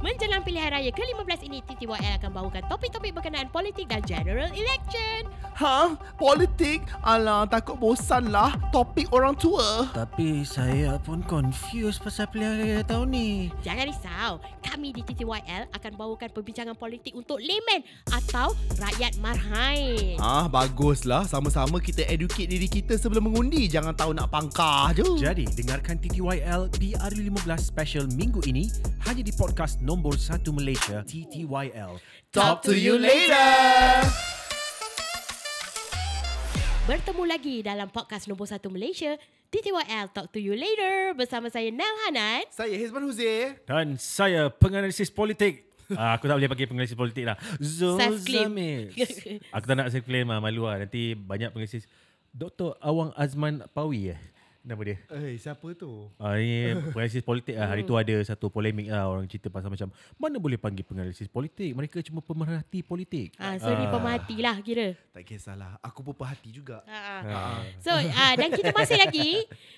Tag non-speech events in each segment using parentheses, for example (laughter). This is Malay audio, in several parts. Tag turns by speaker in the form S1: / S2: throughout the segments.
S1: Menjelang pilihan raya ke-15 ini, TTYL akan bawakan topik-topik berkenaan politik dan general election.
S2: Ha? Politik? Alah, takut bosan lah. Topik orang tua.
S3: Tapi saya pun confused pasal pilihan raya tahun ni.
S1: Jangan risau, kami di TTYL akan bawakan perbincangan politik untuk layman atau rakyat marhain.
S2: Ah, baguslah. Sama-sama kita educate diri kita sebelum mengundi. Jangan tahu nak pangkah je.
S3: Jadi, dengarkan TTYL di RU15 special minggu ini hanya di podcast nombor 1 Malaysia, TTYL.
S2: Talk to you later.
S1: Bertemu lagi dalam podcast nombor 1 Malaysia, TTYL Talk to you later bersama saya Nel Hanan.
S2: Saya Hizman Huzair.
S3: Dan saya penganalisis politik. Ah, aku tak boleh panggil penganalisis politik lah. Zul
S1: Self-claim.
S3: Zamir. Aku tak nak self claim lah, malu lah. Nanti banyak penganalisis. Dr. Awang Azman Pawi eh. Nama dia?
S2: Eh, siapa tu? (laughs)
S3: Ah, ini penganalisis politik lah. Hari tu
S2: Hmm.
S3: ada satu polemik lah. Orang cerita pasal macam, mana boleh panggil penganalisis politik? Mereka cuma pemerhati politik.
S1: Ah, sorry ah. pemerhati lah kira.
S2: Tak kisahlah. Aku pun perhati juga.
S1: Ah. So uh, dan kita masih lagi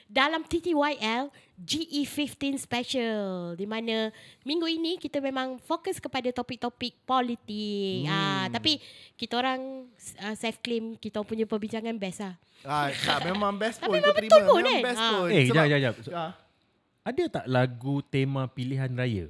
S1: dalam TTYL GE15 E special di mana minggu ini kita memang fokus kepada topik-topik politik. Hmm. Ah tapi kita orang uh, self claim kita orang punya perbincangan best lah.
S2: Ah, tak, memang best
S1: Tapi
S2: pun.
S1: memang
S2: Kau terima.
S1: betul pun,
S2: memang
S1: eh?
S2: best
S1: Ah.
S2: pun.
S3: Eh,
S2: Sebab-
S3: jap, jap, jap. So-
S2: Ah.
S3: Ada tak lagu tema pilihan raya?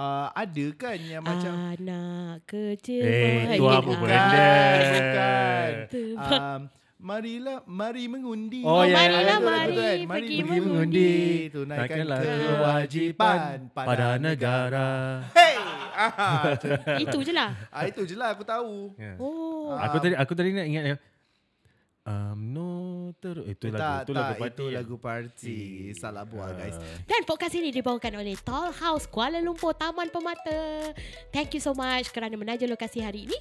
S2: Ah, ada kan yang macam
S1: anak kecil.
S3: Eh, itu
S1: Wah, ah.
S3: apa pun
S2: Bukan,
S3: Boleh.
S2: bukan.
S1: Tebak.
S2: Um, marilah, mari mengundi.
S3: Oh, Oh, ya, ya,
S1: marilah,
S2: Betul, betul,
S1: mari
S2: betul.
S1: pergi
S3: mengundi.
S2: Tunaikan
S3: Takkanlah
S2: kewajipan pada negara. Hey! Ah, macam-
S1: Itu je lah.
S2: ah, itu je lah aku tahu.
S3: Ya.
S1: Oh.
S3: Aku tadi aku tadi nak ingat um, no ter itu
S2: Eh,
S3: lagu
S2: tak,
S3: itu
S2: tak,
S3: lagu ya. parti. Ah.
S2: itu lagu parti. Salah buat guys.
S1: Dan podcast ini dibawakan oleh Tall House Kuala Lumpur Taman Permata. Thank you so much kerana menaja lokasi hari ini.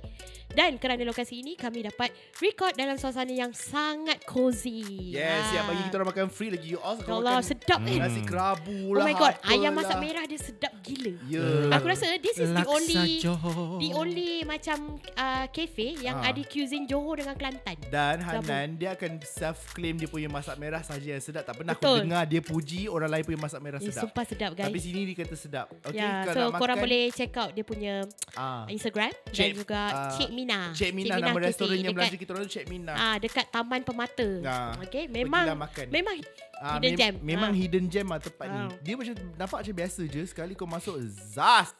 S1: Dan kerana lokasi ini kami dapat record dalam suasana yang sangat cozy.
S2: Yes,
S1: Ah.
S2: siap bagi kita orang makan free lagi. You all
S1: Ya
S2: suka
S1: Allah,
S2: makan Hmm.
S1: sedap eh.
S2: nasi
S3: Hmm.
S2: kerabu
S1: Oh
S2: lah.
S1: my god,
S2: apalah.
S1: ayam masak merah dia sedap gila.
S2: Ya.
S3: Hmm.
S1: Aku rasa this is the
S3: Laksa
S1: only
S3: Johor.
S1: the only macam uh, cafe yang
S2: Ah.
S1: ada cuisine Johor dengan Kelantan.
S2: Dan Hanan dia akan self claim dia punya masak merah saja yang sedap. Tak pernah
S1: Betul.
S2: aku dengar dia puji orang lain punya masak merah
S1: Eh,
S2: Ah, sedap.
S1: sumpah sedap guys.
S2: Tapi sini dia kata sedap. Okay,
S1: ya,
S2: kau
S1: so
S2: nak
S1: korang
S2: makan,
S1: boleh check out dia punya
S2: Ah.
S1: Instagram dan
S2: Cik-
S1: juga
S2: ah,
S1: Cik Mina.
S2: Cik Mina nama
S1: Cafe
S2: restoran yang
S1: dekat-
S2: belanja kita orang tu Cik Mina.
S1: Ah dekat Taman Permata.
S2: Ah.
S1: Okey, memang
S2: Pergilah makan.
S1: memang
S2: Ah,
S1: hidden
S2: mem-
S1: gem.
S2: Memang
S1: Ah.
S2: hidden gem lah tempat ni.
S1: Ah.
S2: Dia macam nampak macam biasa je. Sekali kau masuk, zas!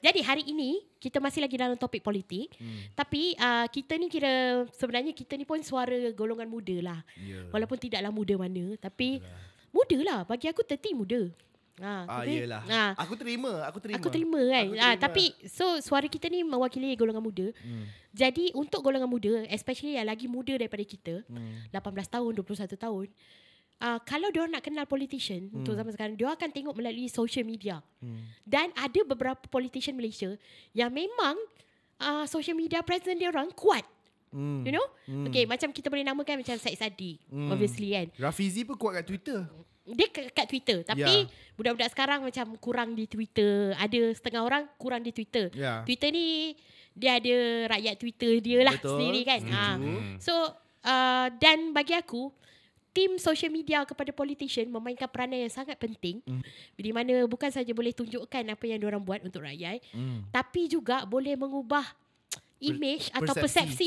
S1: Jadi hari ini kita masih lagi dalam topik politik, hmm. tapi uh, kita ni kira sebenarnya kita ni pun suara golongan muda lah.
S2: Ya.
S1: Walaupun tidaklah muda mana, tapi muda lah. Bagi aku 30 muda. Ha,
S2: Ah,
S1: tapi-
S2: yelah.
S1: ah,
S2: Aku terima, aku terima.
S1: Aku terima kan.
S2: Aku
S1: Aku
S2: terima.
S1: terima. Ah, tapi so suara kita ni mewakili golongan muda. Hmm. Jadi untuk golongan muda, especially yang lagi muda daripada kita, hmm. 18 tahun, 21 tahun, Uh, kalau dia nak kenal politician hmm. untuk zaman sekarang, dia akan tengok melalui social media. Hmm. Dan ada beberapa politician Malaysia yang memang uh, social media presence dia orang kuat.
S2: Hmm.
S1: You know? Hmm. Okay, macam kita boleh namakan macam Syed Sadi. Hmm. Obviously kan.
S2: Rafizi pun kuat kat Twitter.
S1: Dia kat, kat Twitter Tapi
S2: Ya.
S1: yeah. Budak-budak sekarang Macam kurang di Twitter Ada setengah orang Kurang di Twitter
S2: Ya.
S1: Twitter ni Dia ada Rakyat Twitter dia lah
S2: Betul, Mm-hmm.
S1: Sendiri kan
S2: setuju.
S3: Hmm.
S1: So uh, Dan bagi aku Tim social media kepada politician memainkan peranan yang sangat penting mm. di mana bukan saja boleh tunjukkan apa yang diorang buat untuk rakyat
S2: Hmm.
S1: mm. tapi juga boleh mengubah image atau
S2: persepsi.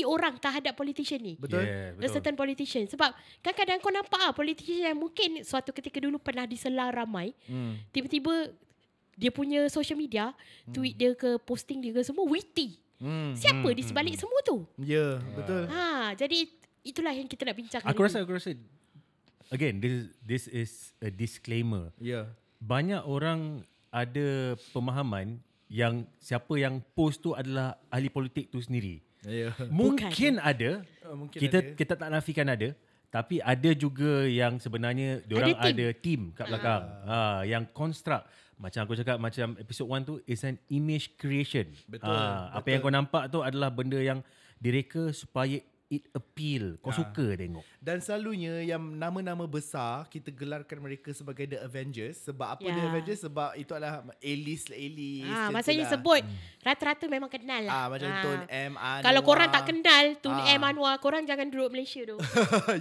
S1: persepsi orang terhadap politician ni.
S2: Betul?
S3: Yeah,
S1: A certain politician Sebab kadang-kadang kau nampak ah Politician yang mungkin Suatu ketika dulu pernah diselar ramai
S2: Hmm.
S1: Tiba-tiba Dia punya social media
S2: Mm.
S1: Tweet dia ke Posting dia ke Semua witty
S2: Hmm.
S1: Siapa
S3: Mm-hmm,
S1: di sebalik semua tu
S2: Ya, betul.
S1: ha, Jadi Itulah yang kita nak Ha, bincang
S3: Aku
S1: hari
S3: rasa
S1: ni.
S3: aku rasa again this is, this is a disclaimer.
S2: Ya.
S3: Banyak orang ada pemahaman yang siapa yang post tu adalah ahli politik tu sendiri.
S2: Ya.
S3: Mungkin ada.
S2: Ah, mungkin
S3: kita
S2: ada.
S3: kita tak nafikan ada, tapi ada juga yang sebenarnya diorang
S1: Ada
S3: ada
S1: team.
S3: team, ada team
S2: Ah.
S3: kat belakang. Ha. yang construct macam aku cakap macam episod 1 tu is an image creation.
S2: Betul,
S3: Ah, apa yang kau nampak tu adalah benda yang direka supaya it appeal. Kau
S2: Ah.
S3: suka tengok.
S2: Dan selalunya yang nama-nama besar kita gelarkan mereka sebagai The Avengers sebab apa
S1: Ya.
S2: The Avengers sebab itu adalah A-list A-list.
S1: Ah,
S2: macam
S1: maksudnya
S2: tu lah.
S1: sebut
S3: Mm.
S1: rata-rata memang kenal lah.
S2: Ah macam Tun M Anwar.
S1: Kalau korang tak kenal Tun
S2: Ah.
S1: M Anwar, korang jangan duduk Malaysia
S2: (laughs)
S1: tu.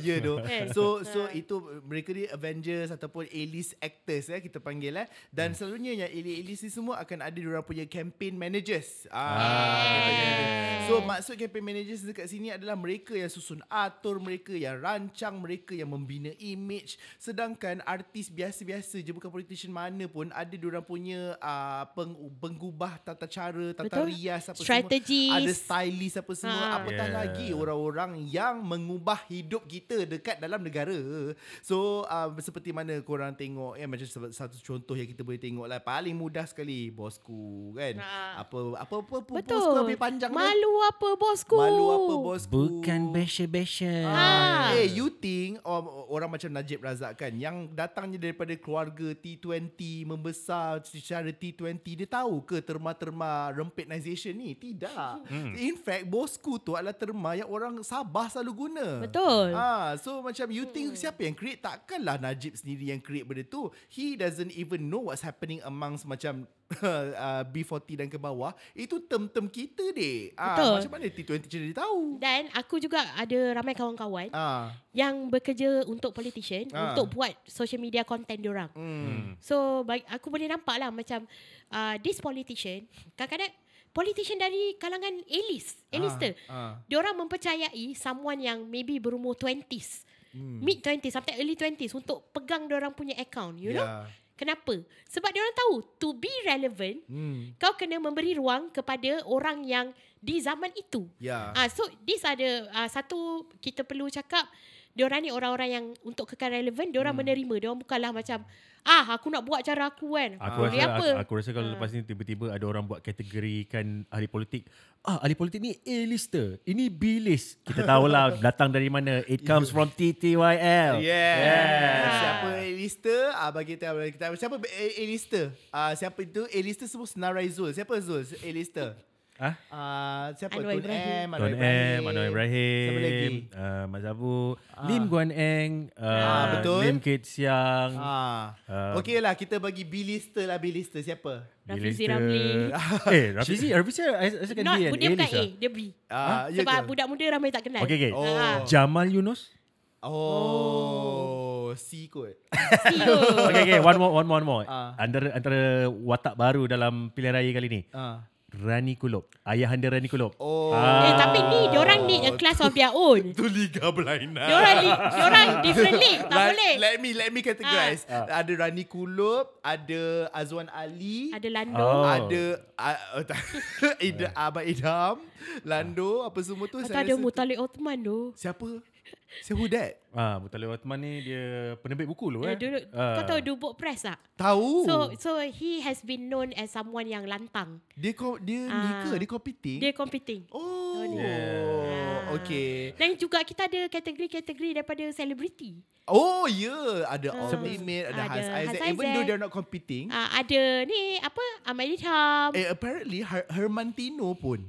S2: ya doh.
S1: Kan?
S2: So so
S1: Ah.
S2: itu mereka ni Avengers ataupun A-list actors ya kita panggil eh. Dan selalunya yang A-list ni semua akan ada diorang punya campaign managers. Ah.
S1: Yes.
S2: So maksud campaign managers dekat sini adalah mereka yang susun atur, mereka yang rancang, mereka yang membina image. Sedangkan artis biasa-biasa je bukan politician mana pun ada diorang punya uh, peng, penggubah tata cara, tata
S1: Betul.
S2: rias apa
S1: Strategist.
S2: semua. Ada stylist apa semua.
S1: Ha.
S2: Apatah
S3: Yeah.
S2: lagi orang-orang yang mengubah hidup kita dekat dalam negara. So uh, seperti mana korang tengok ya macam se- satu contoh yang kita boleh tengok lah paling mudah sekali bosku kan.
S1: Ha.
S2: Apa apa apa, apa
S1: Betul.
S2: bosku habis panjang tu?
S1: Malu apa bosku?
S2: Malu apa bosku?
S3: Bukan besha-besha.
S2: Ah. Eh, you think or, orang macam Najib Razak kan yang datangnya daripada keluarga T20 membesar secara T20 dia tahu ke terma-terma rempit nation ni? Tidak. In fact, bosku tu adalah terma yang orang Sabah selalu guna.
S1: Betul.
S2: Ah, so macam you think siapa yang create takkanlah Najib sendiri yang create benda tu. He doesn't even know what's happening amongst macam (laughs) uh, B40 dan ke bawah. Itu term-term kita dek.
S1: Betul.
S2: Ah, macam mana T20 dia tahu?
S1: Dan aku juga ada ramai kawan-kawan
S2: Ah.
S1: yang bekerja untuk politician
S2: Ah.
S1: untuk buat social media content diorang.
S2: Hmm.
S1: So bag- aku boleh nampak lah macam uh, this politician kadang-kadang politician dari kalangan elis, elister.
S2: Ah, ah.
S1: Diorang mempercayai someone yang maybe berumur 20s.
S2: Hmm.
S1: Mid 20s sampai early 20s untuk pegang diorang punya account, you know?
S2: Yeah.
S1: Kenapa? Sebab diorang tahu to be relevant
S2: Hmm.
S1: kau kena memberi ruang kepada orang yang di zaman itu.
S2: Ya.
S1: Ah, so this ada uh, satu kita perlu cakap diorang ni orang-orang yang untuk kekal relevan diorang hmm. menerima diorang bukanlah macam ah aku nak buat cara aku kan
S3: Aku
S1: Boleh
S3: rasa aku, aku rasa kalau lepas ni tiba-tiba ada orang buat kategorikan ahli politik. Ah ahli politik ni A-lister, ini B-list.
S2: (laughs)
S3: Kita tahulah datang dari mana. It comes from
S2: Yeah.
S3: TTYL. Yeah.
S2: Siapa A-lister? Ah bagi kita bagi kita siapa A- A-lister? Ah siapa itu A-lister semua Senarai Zul. Siapa Zul? A-lister.
S3: Ah?
S2: Ah siapa
S1: Anwar
S2: Tun
S1: Ibrahim.
S2: M, Anwar
S3: Tuan M, Anwar Ibrahim,
S2: Siapa lagi?
S3: Uh, Mat Zabu, Lim Guan Eng, uh,
S2: Ah, betul.
S3: Lim Kit Siang,
S2: Ah.
S3: Ah.
S2: Okey lah kita bagi B-lister lah B-lister siapa?
S1: Rafizi
S3: B-lister.
S1: Ramli.
S3: (laughs) eh, Rafizi, Rafizi I- I rasakan
S1: Not,
S3: dia
S1: dia
S3: an
S1: bukan
S3: A-list
S1: A
S3: lah.
S1: dia B
S2: Ah ya
S1: sebab
S2: ke?
S1: budak muda ramai tak kenal
S3: Okay, okay.
S1: Ah,
S2: Oh.
S3: Jamal Yunus.
S2: Oh, C kot.
S1: Tio.
S3: Okay, okay. One more, one more, one more.
S2: Ah.
S3: Antara, antara watak baru dalam pilihan raya kali ni.
S2: Ah.
S3: Rani Kulop. Ayahanda Rani Kulop.
S2: Oh.
S1: eh tapi ni diorang need a class of their own
S2: Itu Liga Berlainan.
S1: diorang li- diorang different league tak
S2: Let-
S1: boleh Ah.
S2: Let me let me categorize. Ah. Ada Rani Kulub, ada Azwan Ali,
S1: ada Lando
S3: Oh.
S2: ada uh, uh, tak- (laughs) Ida, Abang Idham, Lando, apa semua tu.
S1: atau
S2: saya
S1: ada
S2: rasa-
S1: Mutalik Othman tu
S2: Siapa? Siapa that?
S3: Ah, Mutali Othman ni dia penerbit buku dulu
S1: Dia
S3: eh.
S1: duduk,
S3: Ah.
S1: kau tahu Dubuk Press tak?
S2: Tahu.
S1: So so he has been known as someone yang lantang.
S2: dia ko, dia ni
S1: Ah.
S2: ke? Dia competing?
S1: Dia competing.
S2: oh.
S1: ni. Ah.
S2: Okay.
S1: Dan juga kita ada kategori-kategori daripada selebriti.
S2: Oh, yeah. Ada
S1: Ah.
S2: Ultimate, ada,
S1: Ada
S2: Hans Isaac.
S1: Hans
S2: Even though
S1: Isaac.
S2: they're not competing.
S1: Uh, ada ni apa Amal Idham.
S2: Eh, apparently Her- Hermantino pun.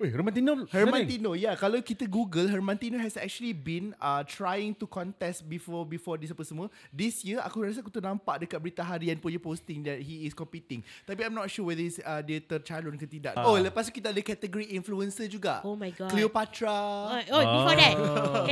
S3: Weh, Hermantino.
S2: Hermantino, yeah. ya, Kalau kita Google, Hermantino has actually been uh, trying to contest before before this apa semua. This year, aku rasa aku tu nampak dekat berita harian punya posting that he is competing. Tapi I'm not sure whether is, uh, dia tercalon ke tidak.
S3: Ah.
S2: Oh, lepas tu kita ada kategori influencer juga.
S1: Oh my God.
S2: Cleopatra.
S1: Oh, oh before that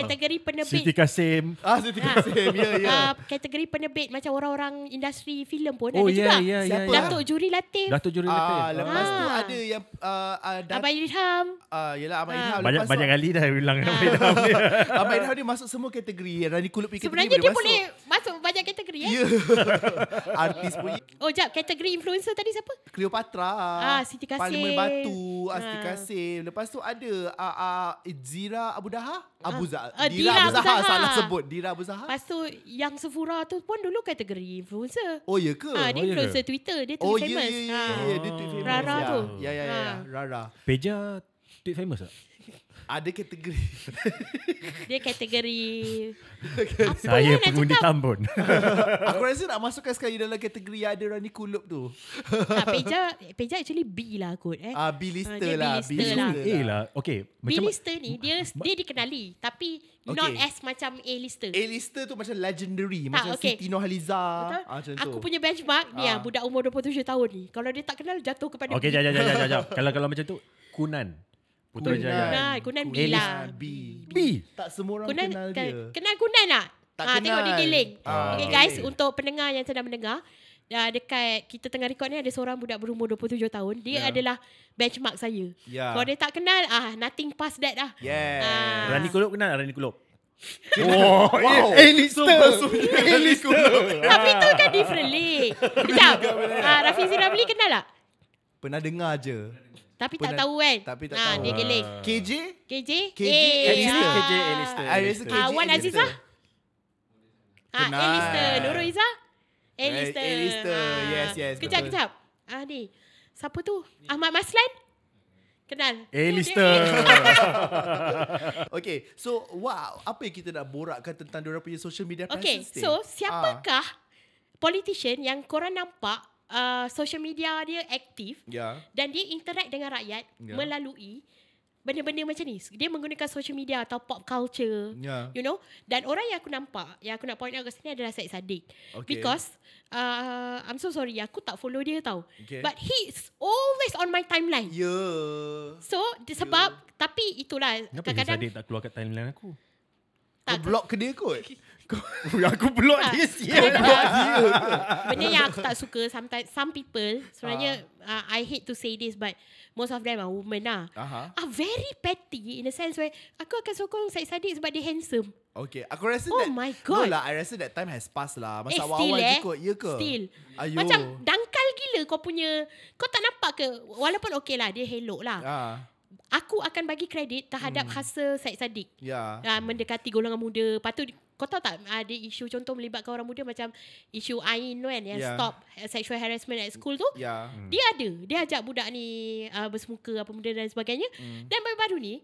S1: kategori penerbit.
S3: Siti Kasim.
S2: Ah, Siti Kasim. Ya, Ah. ya.
S1: Uh, kategori penerbit macam orang-orang industri filem pun ada
S3: Oh, ya,
S1: juga.
S3: ya,
S2: ya, ya.
S1: Datuk Juri Latif,
S3: Dato' Juri
S2: Ah,
S3: Latif.
S2: lepas tu
S1: Ah.
S2: ada yang uh, uh, dat-
S1: Amal Idham.
S2: ah, yelah Abang
S1: Ah.
S2: Ilham.
S3: Banyak
S2: Lepas tu-
S3: banyak kan? kali dah bilang nama dia.
S2: Abang Ilham dia masuk semua kategori. Rani Kulup punya kategori
S1: Sebenarnya dia
S2: masuk.
S1: boleh masuk banyak kategori eh.
S2: Ya. (laughs) Artis punya
S1: Oh, jap kategori influencer tadi siapa?
S2: Cleopatra.
S1: Ah, Siti Kasim.
S2: Parlimen Batu, ah, Siti
S1: Ah.
S2: Kasim. Lepas tu ada ah, ah, Zira Abu Dhaha, Abu Zaha.
S1: ah,
S2: Dira Abu Zaha salah sebut. Dira Abu Zaha.
S1: Lepas tu yang Sephora tu pun dulu kategori influencer.
S2: Oh ya ke?
S1: Ah, dia
S3: Oh, ya
S1: influencer
S3: ke?
S1: Twitter, dia tu
S2: Oh ya ya
S1: famous.
S2: ya.
S1: Ah.
S2: ya, Dia tweet famous.
S1: Rara
S2: ya.
S1: tu.
S2: Ya ya ya, ya.
S1: Ah.
S2: Rara.
S3: Peja tweet famous tak?
S2: Ada kategori (laughs)
S1: Dia kategori apa lah
S3: Saya
S1: nak
S3: pengundi
S1: cakap?
S3: tambun.
S2: Aku rasa nak masukkan sekali dalam kategori Yang ada Rani Kulub tu
S1: tak, Ah, Peja Peja actually B lah kot eh.
S2: Ah,
S1: Ah,
S2: B lister
S1: dia
S2: lah
S3: (laughs)
S1: B-lister lah.
S3: A lah. Okay.
S1: B
S3: Macam
S1: lister ni dia dia dikenali tapi not
S2: Okay.
S1: as macam A lister.
S2: A lister tu macam legendary
S1: Tak,
S2: Macam
S1: okay.
S2: Siti Nurhaliza
S1: Betul?
S2: ah, macam
S1: Aku
S2: tu.
S1: punya benchmark ni ah.
S2: Ah.
S1: budak umur 27 tahun ni. Kalau dia tak kenal jatuh kepada B.
S3: Okay, jap, jap, jap, jap, jap, jap. Kalau kalau macam tu, Kunan. Putrajaya.
S1: Nah, Kunan B
S3: A-list.
S1: lah.
S2: B.
S3: B.
S2: Tak semua orang
S1: Kunan kan
S2: kenal
S1: ke-
S2: dia
S1: kenal Kunan tak?
S2: Tak
S1: Ah, Tengok dia
S2: kenal.
S1: dealing.
S2: Ah,
S1: okay
S2: okay.
S1: guys, untuk pendengar yang sedang mendengar, uh, dekat kita tengah record ni ada seorang budak berumur 27 tahun. Dia
S2: Ya.
S1: adalah benchmark saya.
S2: Ya.
S1: Kalau dia tak kenal, ah nothing past that lah.
S2: Yeah
S1: Ah.
S3: Rani Kulub kenal tak Rani Kulub?
S2: Oh, wow. A-lister. (laughs) A-lister.
S1: Tapi tu kan different league. Sekejap. Ah, Rafi Ziramli kenal tak?
S2: (laughs) Pernah dengar je.
S1: Tapi tak
S2: Pernah-
S1: tahu kan?
S2: tapi tak
S1: Ah,
S2: tahu.
S1: Dia geling.
S2: KJ?
S1: KJ?
S2: KJ,
S1: Eh,
S2: A-lister.
S1: ah.
S3: KJ, A-lister.
S2: I rasa KJ.
S1: Ah, Wan
S2: A-lister.
S1: Azizah? Ah,
S2: Kenal.
S1: A-lister. Nurul Izzah? A-lister. Ah.
S2: Eh, A-lister. Yes, yes,
S1: Kejap,
S2: betul.
S1: kejap. Ah, ni. Siapa tu? Ahmad Maslan? Kenal. eh.
S3: (laughs) A-lister.
S2: Okay, so wow, apa yang kita nak borakkan tentang diorang punya social media
S1: Okay,
S2: presence ni? Ah.
S1: so siapakah politician yang korang nampak uh, social media dia aktif
S2: Ah, ya.
S1: dan dia interact dengan rakyat
S2: Ya.
S1: yeah. melalui benda-benda macam ni. Dia menggunakan social media atau pop culture.
S2: Ya.
S1: You know? Dan orang yang aku nampak, yang aku nak point out kat sini adalah Syed Saddiq.
S2: Okay.
S1: Because, uh, I'm so sorry, aku tak follow dia tau.
S2: Okay.
S1: But he's always on my timeline.
S2: Ya.
S1: So, di- sebab, tapi itulah.
S3: Kenapa dia
S1: kadang-kadang
S3: Saddiq tak keluar kat timeline aku?
S2: Kau
S1: Tak- Ah,
S2: block ke dia
S1: (laughs)
S2: kot? Kau
S3: aku block
S1: Tak.
S3: dia
S1: dia
S3: sial.
S1: Benda yang aku tak suka sometimes some people sebenarnya
S2: Ah.
S1: uh, I hate to say this but most of them are women lah.
S2: Aha.
S1: Are very petty in a sense where aku akan sokong Syed Saddiq sebab dia handsome.
S2: Okay, aku rasa
S1: Oh
S2: that...
S1: my
S2: No
S1: God.
S2: lah, I rasa that time has passed lah.
S1: eh
S2: Masa awal-awal
S1: still
S2: je
S1: eh.
S2: kot, ya ke?
S1: Still.
S2: Ayuh.
S1: Macam dangkal gila kau punya. Kau tak nampak ke walaupun okay lah dia helok lah.
S2: Ah,
S1: Aku akan bagi kredit terhadap hmm. hustle Syed Saddiq.
S2: ya.
S1: uh, mendekati golongan muda. Lepas tu di- kau tahu tak ada isu contoh melibatkan orang muda macam isu Ain tu kan yang
S2: Ya.
S1: yeah. stop sexual harassment at school tu.
S2: Ya.
S1: Dia ada. Dia ajak budak ni uh, bersemuka apa benda dan sebagainya.
S2: Hmm.
S1: Mm. Dan baru-baru ni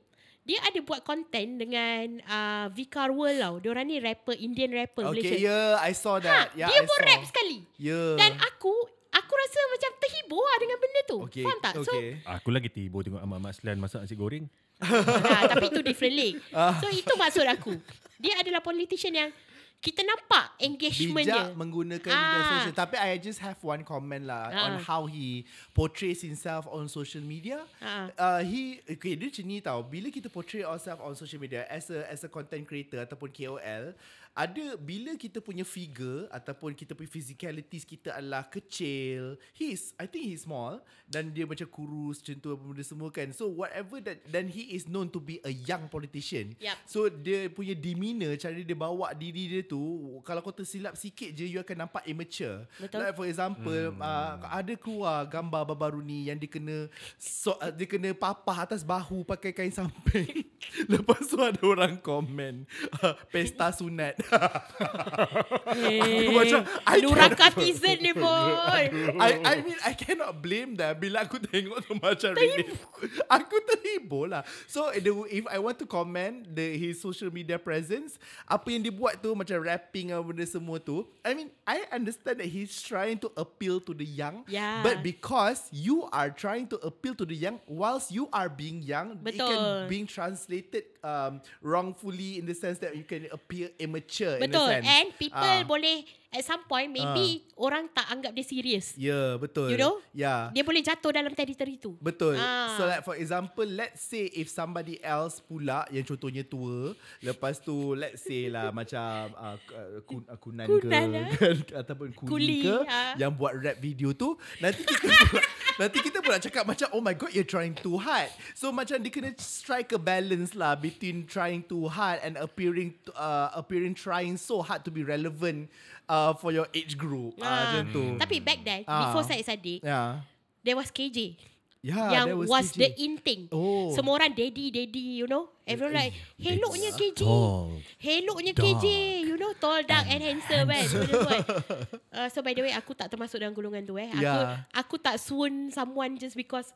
S1: dia ada buat content dengan uh, Vikar World tau. Diorang ni rapper, Indian rapper Malaysia.
S2: Okay, ya, I saw
S1: Ha,
S2: that. Ya,
S1: dia
S2: I
S1: pun
S2: saw.
S1: rap sekali.
S2: Ya.
S1: Dan aku aku rasa macam terhibur lah dengan benda tu.
S2: Okay,
S1: Faham tak? So (laughs)
S2: okay.
S3: Aku lagi tiba tengok Ahmad Maslan masak nasi goreng.
S1: ha, tapi itu different league.
S2: Ah.
S1: So itu maksud aku. Dia adalah politician yang kita nampak engagement
S2: bijak
S1: dia.
S2: menggunakan media
S1: Ah.
S2: sosial. Tapi I just have one comment lah
S1: Ah.
S2: on how he portrays himself on social media.
S1: Ah.
S2: Uh, he okay dia macam ni tau. Bila kita portray ourselves on social media as a as a content creator ataupun KOL, ada bila kita punya figure ataupun kita punya physicalities kita adalah kecil. He is I think he is small dan dia macam kurus macam tu apa benda semua kan. So whatever that then he is known to be a young politician.
S1: Yup.
S2: So dia punya demeanor Cara dia bawa diri dia tu Kalau kau tersilap sikit je You akan nampak immature
S1: Betul.
S2: Like for example hmm. uh, Ada keluar gambar baru-baru ni Yang dia kena so, uh, Dia kena papah atas bahu Pakai kain samping (laughs) Lepas tu ada orang komen uh, Pesta sunat (laughs)
S1: Hey,
S2: Aku macam, I
S1: Nuraka tizen Eh, ni
S2: (laughs)
S1: boy.
S2: I, I mean I cannot blame them Bila aku tengok tu macam terhibur. (laughs) Aku terhibur lah So the, if I want to comment the, His social media presence Apa yang dia buat tu Macam rapping apa benda semua tu I mean I understand that he's trying to appeal to the young
S1: Yeah.
S2: But because you are trying to appeal to the young Whilst you are being young It can
S1: Betul.
S2: being translated um, Wrongfully in the sense that You can appear immature in a
S1: Betul.
S2: sense
S1: And people
S2: Ah.
S1: boleh at some point maybe orang tak anggap dia serius.
S2: Ya yeah, betul
S1: You know?
S2: yeah.
S1: Dia boleh jatuh dalam teritori tu.
S2: Betul. Ah.
S1: Ah.
S2: So like for example, let's say if somebody else pula yang contohnya tua, lepas tu let's say
S1: (laughs)
S2: lah macam uh, kun, uh, kunan,
S1: Kunan,
S2: ke
S1: eh?
S2: (laughs) kan, ataupun kuli,
S1: Kuli,
S2: ke
S1: ah.
S2: yang buat rap video tu, nanti
S1: (laughs)
S2: kita pula, nanti kita pula cakap macam oh my god you're trying too hard. So macam dia kena strike a balance lah between trying too hard and appearing to- uh, appearing trying so hard to be relevant uh, for your age group. Ah,
S1: Ah.
S2: macam tu.
S1: Tapi back then,
S2: Ah.
S1: before Syed Saddiq,
S2: ya.
S1: there was KJ.
S2: Yeah, Ah, that
S1: yang
S2: was
S1: was,
S2: KJ.
S1: the in thing.
S2: Oh.
S1: Semua orang daddy daddy you know. Everyone like heloknya KJ.
S3: tall,
S1: Heloknya
S3: dark,
S1: KJ you know tall dark and handsome kan. Benda tu kan. Uh, so by the way aku tak termasuk dalam golongan tu eh. Aku
S2: Yeah.
S1: aku tak swoon someone just because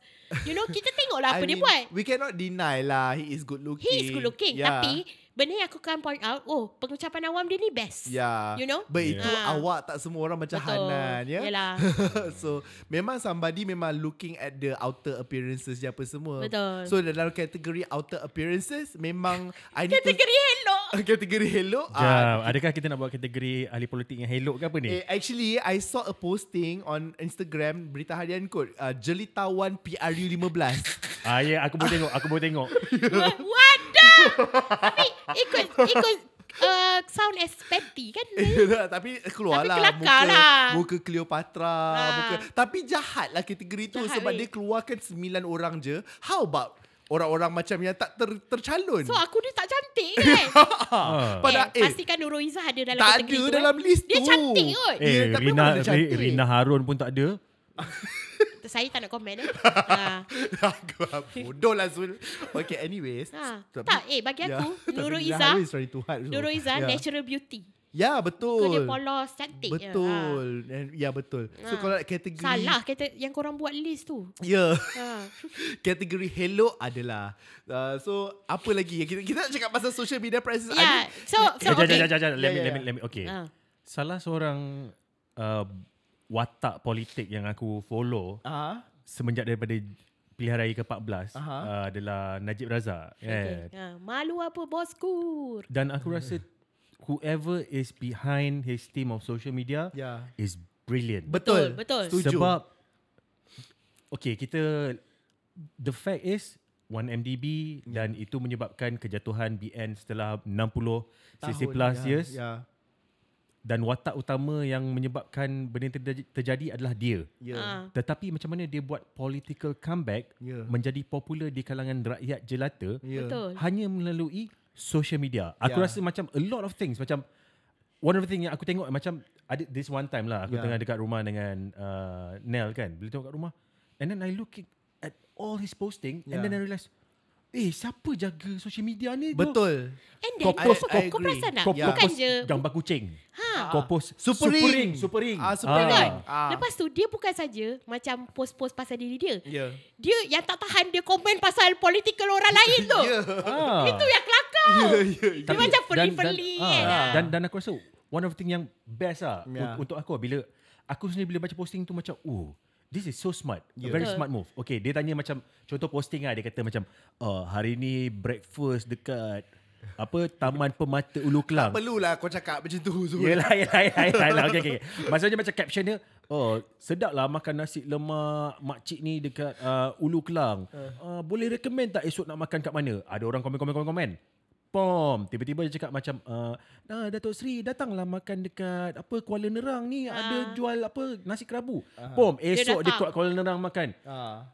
S1: you know kita tengoklah apa
S2: (laughs) I
S1: dia
S2: mean,
S1: buat.
S2: We cannot deny lah He is good looking
S1: He is good looking yeah. tapi benda yang aku kan point out oh pengucapan awam dia ni best.
S2: Yeah.
S1: You know?
S2: But itu
S1: Yeah.
S2: awak tak semua orang macam
S1: Betul.
S2: Hanan ya.
S1: Yelah.
S2: (laughs) so memang somebody memang looking at the outer appearances je apa semua.
S1: Betul.
S2: So dalam kategori outer appearances memang I need to
S1: Kategori helok.
S2: (laughs) kategori hello ah,
S3: Jam, Ya, adakah kita nak buat kategori ahli politik yang helok ke apa ni?
S2: Eh, actually, I saw a posting on Instagram berita harian kot uh, jelitawan PRU15.
S3: Ah, ya, aku boleh tengok, aku boleh tengok.
S2: (laughs)
S1: Wa- Wadah Tapi ikut Ikut uh, Sound as petty kan
S2: (laughs) Eh, tapi keluar
S1: Tapi
S2: lah muka,
S1: kelakar lah.
S2: muka Cleopatra
S1: Ah.
S2: muka, tapi jahat lah kategori tu
S1: Jahat,
S2: sebab
S1: weh.
S2: dia keluarkan 9 orang je how about orang-orang macam yang tak ter, tercalon
S1: So aku ni tak
S2: (laughs)
S1: cantik kan
S3: Ah.
S2: Hmm. pada
S1: eh,
S2: eh,
S1: Pastikan Nurul Izzah ada dalam
S2: tak
S1: kategori
S2: ada
S1: tu,
S2: dalam
S1: eh.
S2: list
S1: Dia
S2: tu
S1: cantik kot
S2: Eh,
S3: Eh,
S2: tapi
S3: Rina,
S2: memang dia
S3: Ri-
S2: cantik.
S3: Rina Harun pun tak ada.
S1: Saya tak nak komen eh
S2: (laughs)
S1: ha.
S2: (laughs) Aku bodoh lah Zul okay anyways
S1: Ha.
S2: Tapi- Ya,
S1: Tak eh bagi aku
S2: (laughs) Tapi
S1: Nurul
S2: Rina
S1: Izzah
S2: Harun is very tuhan Zul.
S1: Nurul Izzah
S2: Ya.
S1: natural beauty Kau
S2: Ya
S1: dia
S2: betul
S1: polos cantik je.
S2: Betul And, Ya betul So
S1: Ha.
S2: kalau nak
S1: ha.
S2: kategori
S1: Salah kata yang korang buat list tu
S2: Ya
S1: ha.
S2: Kategori hello adalah uh, So apa lagi Kita, kita nak cakap pasal social media prices eh,
S1: Ya So, so
S3: Jajah, jajah,
S1: okay
S3: jajah. Let me,
S2: Ya, ya,
S3: let me,
S2: ya.
S3: let me. Okay.
S1: Ah.
S3: Salah seorang uh, watak politik yang aku follow
S2: Ah,
S3: semenjak daripada pilihan raya ke-14
S2: Aha.
S3: uh, adalah Najib Razak.
S1: Okay.
S3: Okay.
S1: Ha. Malu apa bosku
S3: Dan aku rasa whoever is behind his team of social media
S2: Ya.
S3: is brilliant.
S2: Betul,
S1: Betul, betul.
S2: Setuju.
S3: Sebab okay kita the fact is 1MDB yeah.
S2: Hmm.
S3: dan itu menyebabkan kejatuhan BN setelah 60 60 plus
S2: ya,
S3: years
S2: Ya.
S3: dan watak utama yang menyebabkan benda yang terjadi, terjadi adalah dia.
S2: Ya.
S1: Ah.
S3: Tetapi macam mana dia buat political comeback
S2: Ya.
S3: menjadi popular di kalangan rakyat jelata
S2: Ya.
S1: Betul
S3: hanya melalui social media. Aku
S2: Ya.
S3: rasa macam a lot of things macam one of the thing yang aku tengok macam ada this one time lah aku
S2: Ya.
S3: tengah dekat rumah dengan uh, Nell kan. Bila tengok kat rumah and then I look it- at all his posting and
S2: Ya.
S3: then I realise eh siapa jaga social media ni? tu?
S2: Betul.
S1: And then
S3: Kau
S1: kau, kau,
S2: post- I
S1: kau, kau
S2: agree.
S1: perasan tak
S3: Kau,
S2: Ya.
S3: kau
S1: Bukan
S3: post
S1: je
S3: gambar kucing.
S2: Ah.
S1: Ha
S3: Kau post
S2: Supering.
S3: supering.
S2: Ah, supering.
S1: kan
S2: Ah.
S1: Lepas tu dia bukan saja Macam post-post pasal diri dia
S2: Ya.
S1: Dia yang tak tahan Dia komen pasal Political orang lain tu
S2: (laughs) Ya.
S3: Ah.
S1: Itu yang kelakar
S2: (laughs) Ya, ya, ya.
S1: Dia macam perli-perli
S3: dan,
S1: kan,
S3: ah,
S1: ah.
S3: dan dan aku rasa one of the thing yang best lah
S2: Ya.
S3: yeah. untuk aku lah, bila aku sendiri bila baca posting tu macam oh This is so smart.
S2: Ya.
S3: Yeah. Very
S1: Betul.
S3: smart move. Okay, dia tanya macam contoh posting lah dia kata macam oh, hari ni breakfast dekat apa Taman Permata Ulu Kelang.
S2: Perlulah kau cakap macam tu Zul.
S3: Yelah, yelah, yelah, yelah, yelah. Okay, okay, okay. Maksudnya macam caption dia, oh, sedap lah makan nasi lemak makcik ni dekat uh, Ulu Kelang. Uh, boleh recommend tak esok nak makan kat mana? Ada orang komen, komen, komen, komen. Pom, tiba-tiba dia cakap macam, uh, nah, Datuk Seri datanglah makan dekat apa Kuala Nerang ni. Ada jual apa nasi kerabu. Pom, esok dia,
S1: datang.
S3: dia Kuala Nerang makan
S2: Ah.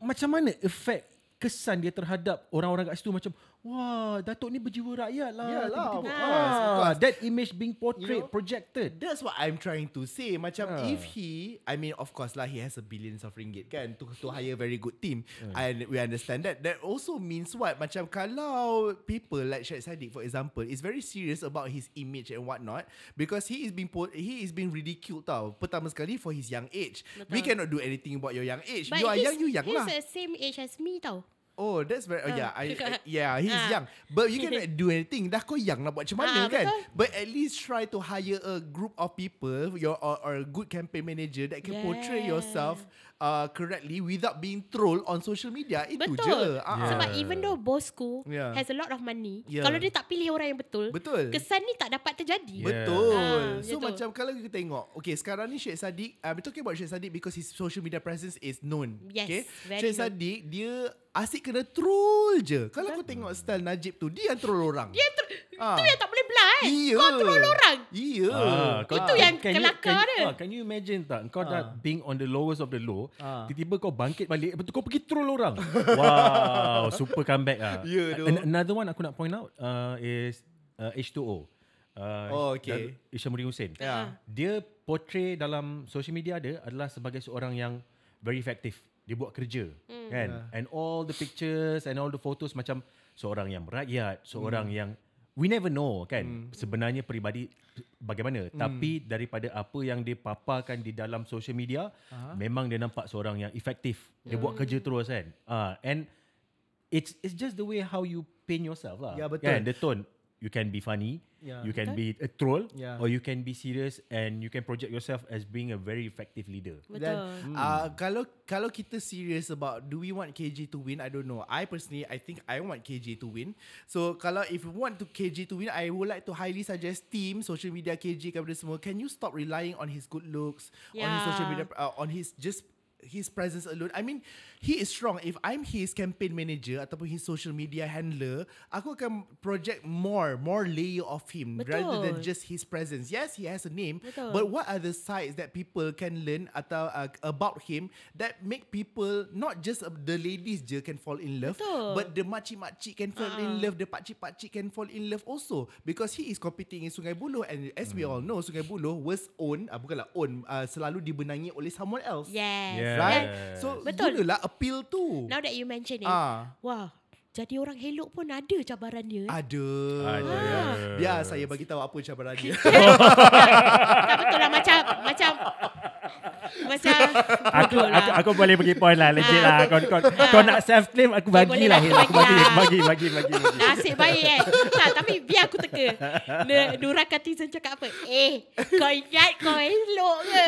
S3: macam mana efek kesan dia terhadap orang-orang kat situ macam wah Datuk ni berjiwa rakyat lah
S2: Yalah,
S3: tiba-tiba.
S2: of course, of
S3: Ah,
S2: course.
S3: that image being portrayed
S2: You know?
S3: projected
S2: That's what I'm trying to say. Macam
S3: Ah.
S2: if he, I mean, of course lah, he has a billions of ringgit kan to to hire very good team, and we understand that. That also means what? Macam kalau people like Syed Saddiq, for example, is very serious about his image and whatnot because he is being po- he is being ridiculed tau. Pertama sekali for his young age,
S1: Betul.
S2: we cannot do anything about your young age. you are young, you young lah.
S1: He's the same age as me tau
S2: Oh, that's very uh,
S1: Ah.
S2: yeah,
S1: (laughs)
S2: I, I, yeah, he's
S1: Ah.
S2: young. But you cannot do anything. Dah kau young nak buat macam
S1: Ah,
S2: mana kan?
S1: betul.
S2: But at least try to hire a group of people, your or, or a good campaign manager that can portray
S1: Yeah.
S2: yourself uh, correctly without being troll on social media. Itu
S1: Betul
S2: je. Ah, ah.
S1: Sebab even though bosku
S2: Yeah.
S1: Has a lot of money
S2: Yeah.
S1: Kalau dia tak pilih orang yang betul
S2: Betul.
S1: Kesan ni tak dapat terjadi
S3: Yeah.
S1: Ah,
S2: Betul.
S1: macam
S2: so
S1: tu.
S2: macam kalau kita tengok, okay sekarang ni Syed Saddiq, I'm talking about Syed Saddiq because his social media presence is known.
S1: Yes,
S2: okay?
S1: very known.
S2: Syed Saddiq dia asyik kena troll je. Kalau aku tengok style Najib tu, dia yang troll orang.
S1: Dia ter-
S2: Ah.
S1: Itu yang tak boleh belah eh
S2: Iya.
S1: Kau troll orang
S2: Iya.
S1: kau- Itu yang kelakar
S3: you, Ah, can,
S1: dia.
S3: ah, Can you imagine tak Kau dah being on the lowest of the low
S2: Ah.
S3: Tiba-tiba kau bangkit balik Lepas tu kau pergi troll orang (laughs) Wow Super comeback lah
S2: Ya, doh.
S3: An- Another one aku nak point out uh, Is uh, H2O uh,
S2: Oh, okay.
S3: Dar- Isyamuddin Hussein
S2: Ya.
S3: Dia portray dalam social media dia Adalah sebagai seorang yang Very effective dia buat kerja mm. kan
S2: Ya.
S3: yeah. and all the pictures and all the photos macam seorang yang merakyat
S2: Hmm.
S3: seorang mm. yang we never know kan mm. sebenarnya peribadi bagaimana mm.
S2: Hmm.
S3: tapi daripada apa yang dia paparkan di dalam social media uh-huh. memang dia nampak seorang yang efektif dia buat kerja terus kan ah and it's it's just the way how you paint yourself lah
S2: Ya, betul.
S3: kan the tone you can be funny
S2: Ya.
S3: you can be a troll
S2: Ya.
S3: or you can be serious and you can project yourself as being a very effective leader
S1: Betul.
S2: Dan uh, kalau kalau kita serious about do we want KJ to win, I don't know. I personally, I think I want KJ to win. So kalau if you want to KJ to win, I would like to highly suggest team social media KJ kepada semua. Can you stop relying on his good looks, on
S1: Yeah.
S2: his social media, uh, on his just his presence alone. I mean, he is strong. If I'm his campaign manager ataupun his social media handler, aku akan project more, more layer of him rather than
S1: Betul.
S2: just his presence. Yes, he has a name,
S1: Betul.
S2: but what are the sides that people can learn atau uh, about him that make people not just uh, the ladies je can fall in love,
S1: Betul. Ah.
S2: but the makcik-makcik can fall uh. in love, the pakcik-pakcik can fall in love also because he is competing in Sungai Buloh and as we all
S3: Hmm.
S2: know Sungai Buloh was owned, uh, bukanlah owned, uh, selalu dibenangi oleh someone else.
S1: Yes.
S3: Yeah.
S2: Right?
S1: Dan
S2: So
S1: Betul.
S2: gunalah appeal tu.
S1: now that you mention it,
S2: Ah.
S1: wah, jadi orang helok pun ada cabarannya. eh.
S2: Ada. Ah.
S3: Ada.
S2: Biar saya bagi tahu apa cabaran dia.
S1: tak betul lah macam macam macam
S3: (laughs) Aku,
S1: bodoh
S3: aku aku boleh bagi point lah legit lah. Kau kau, kau nak self claim aku
S1: Boleh,
S3: bagi
S1: boleh
S3: lah.
S1: lah,
S3: Hil.
S1: aku
S3: Aku
S1: bagi
S3: bagi
S1: lah.
S3: bagi bagi bagi. bagi.
S1: Nasib baik kan tak, Tapi biar aku teka N- Nura Katizen cakap apa Eh Kau ingat kau elok ke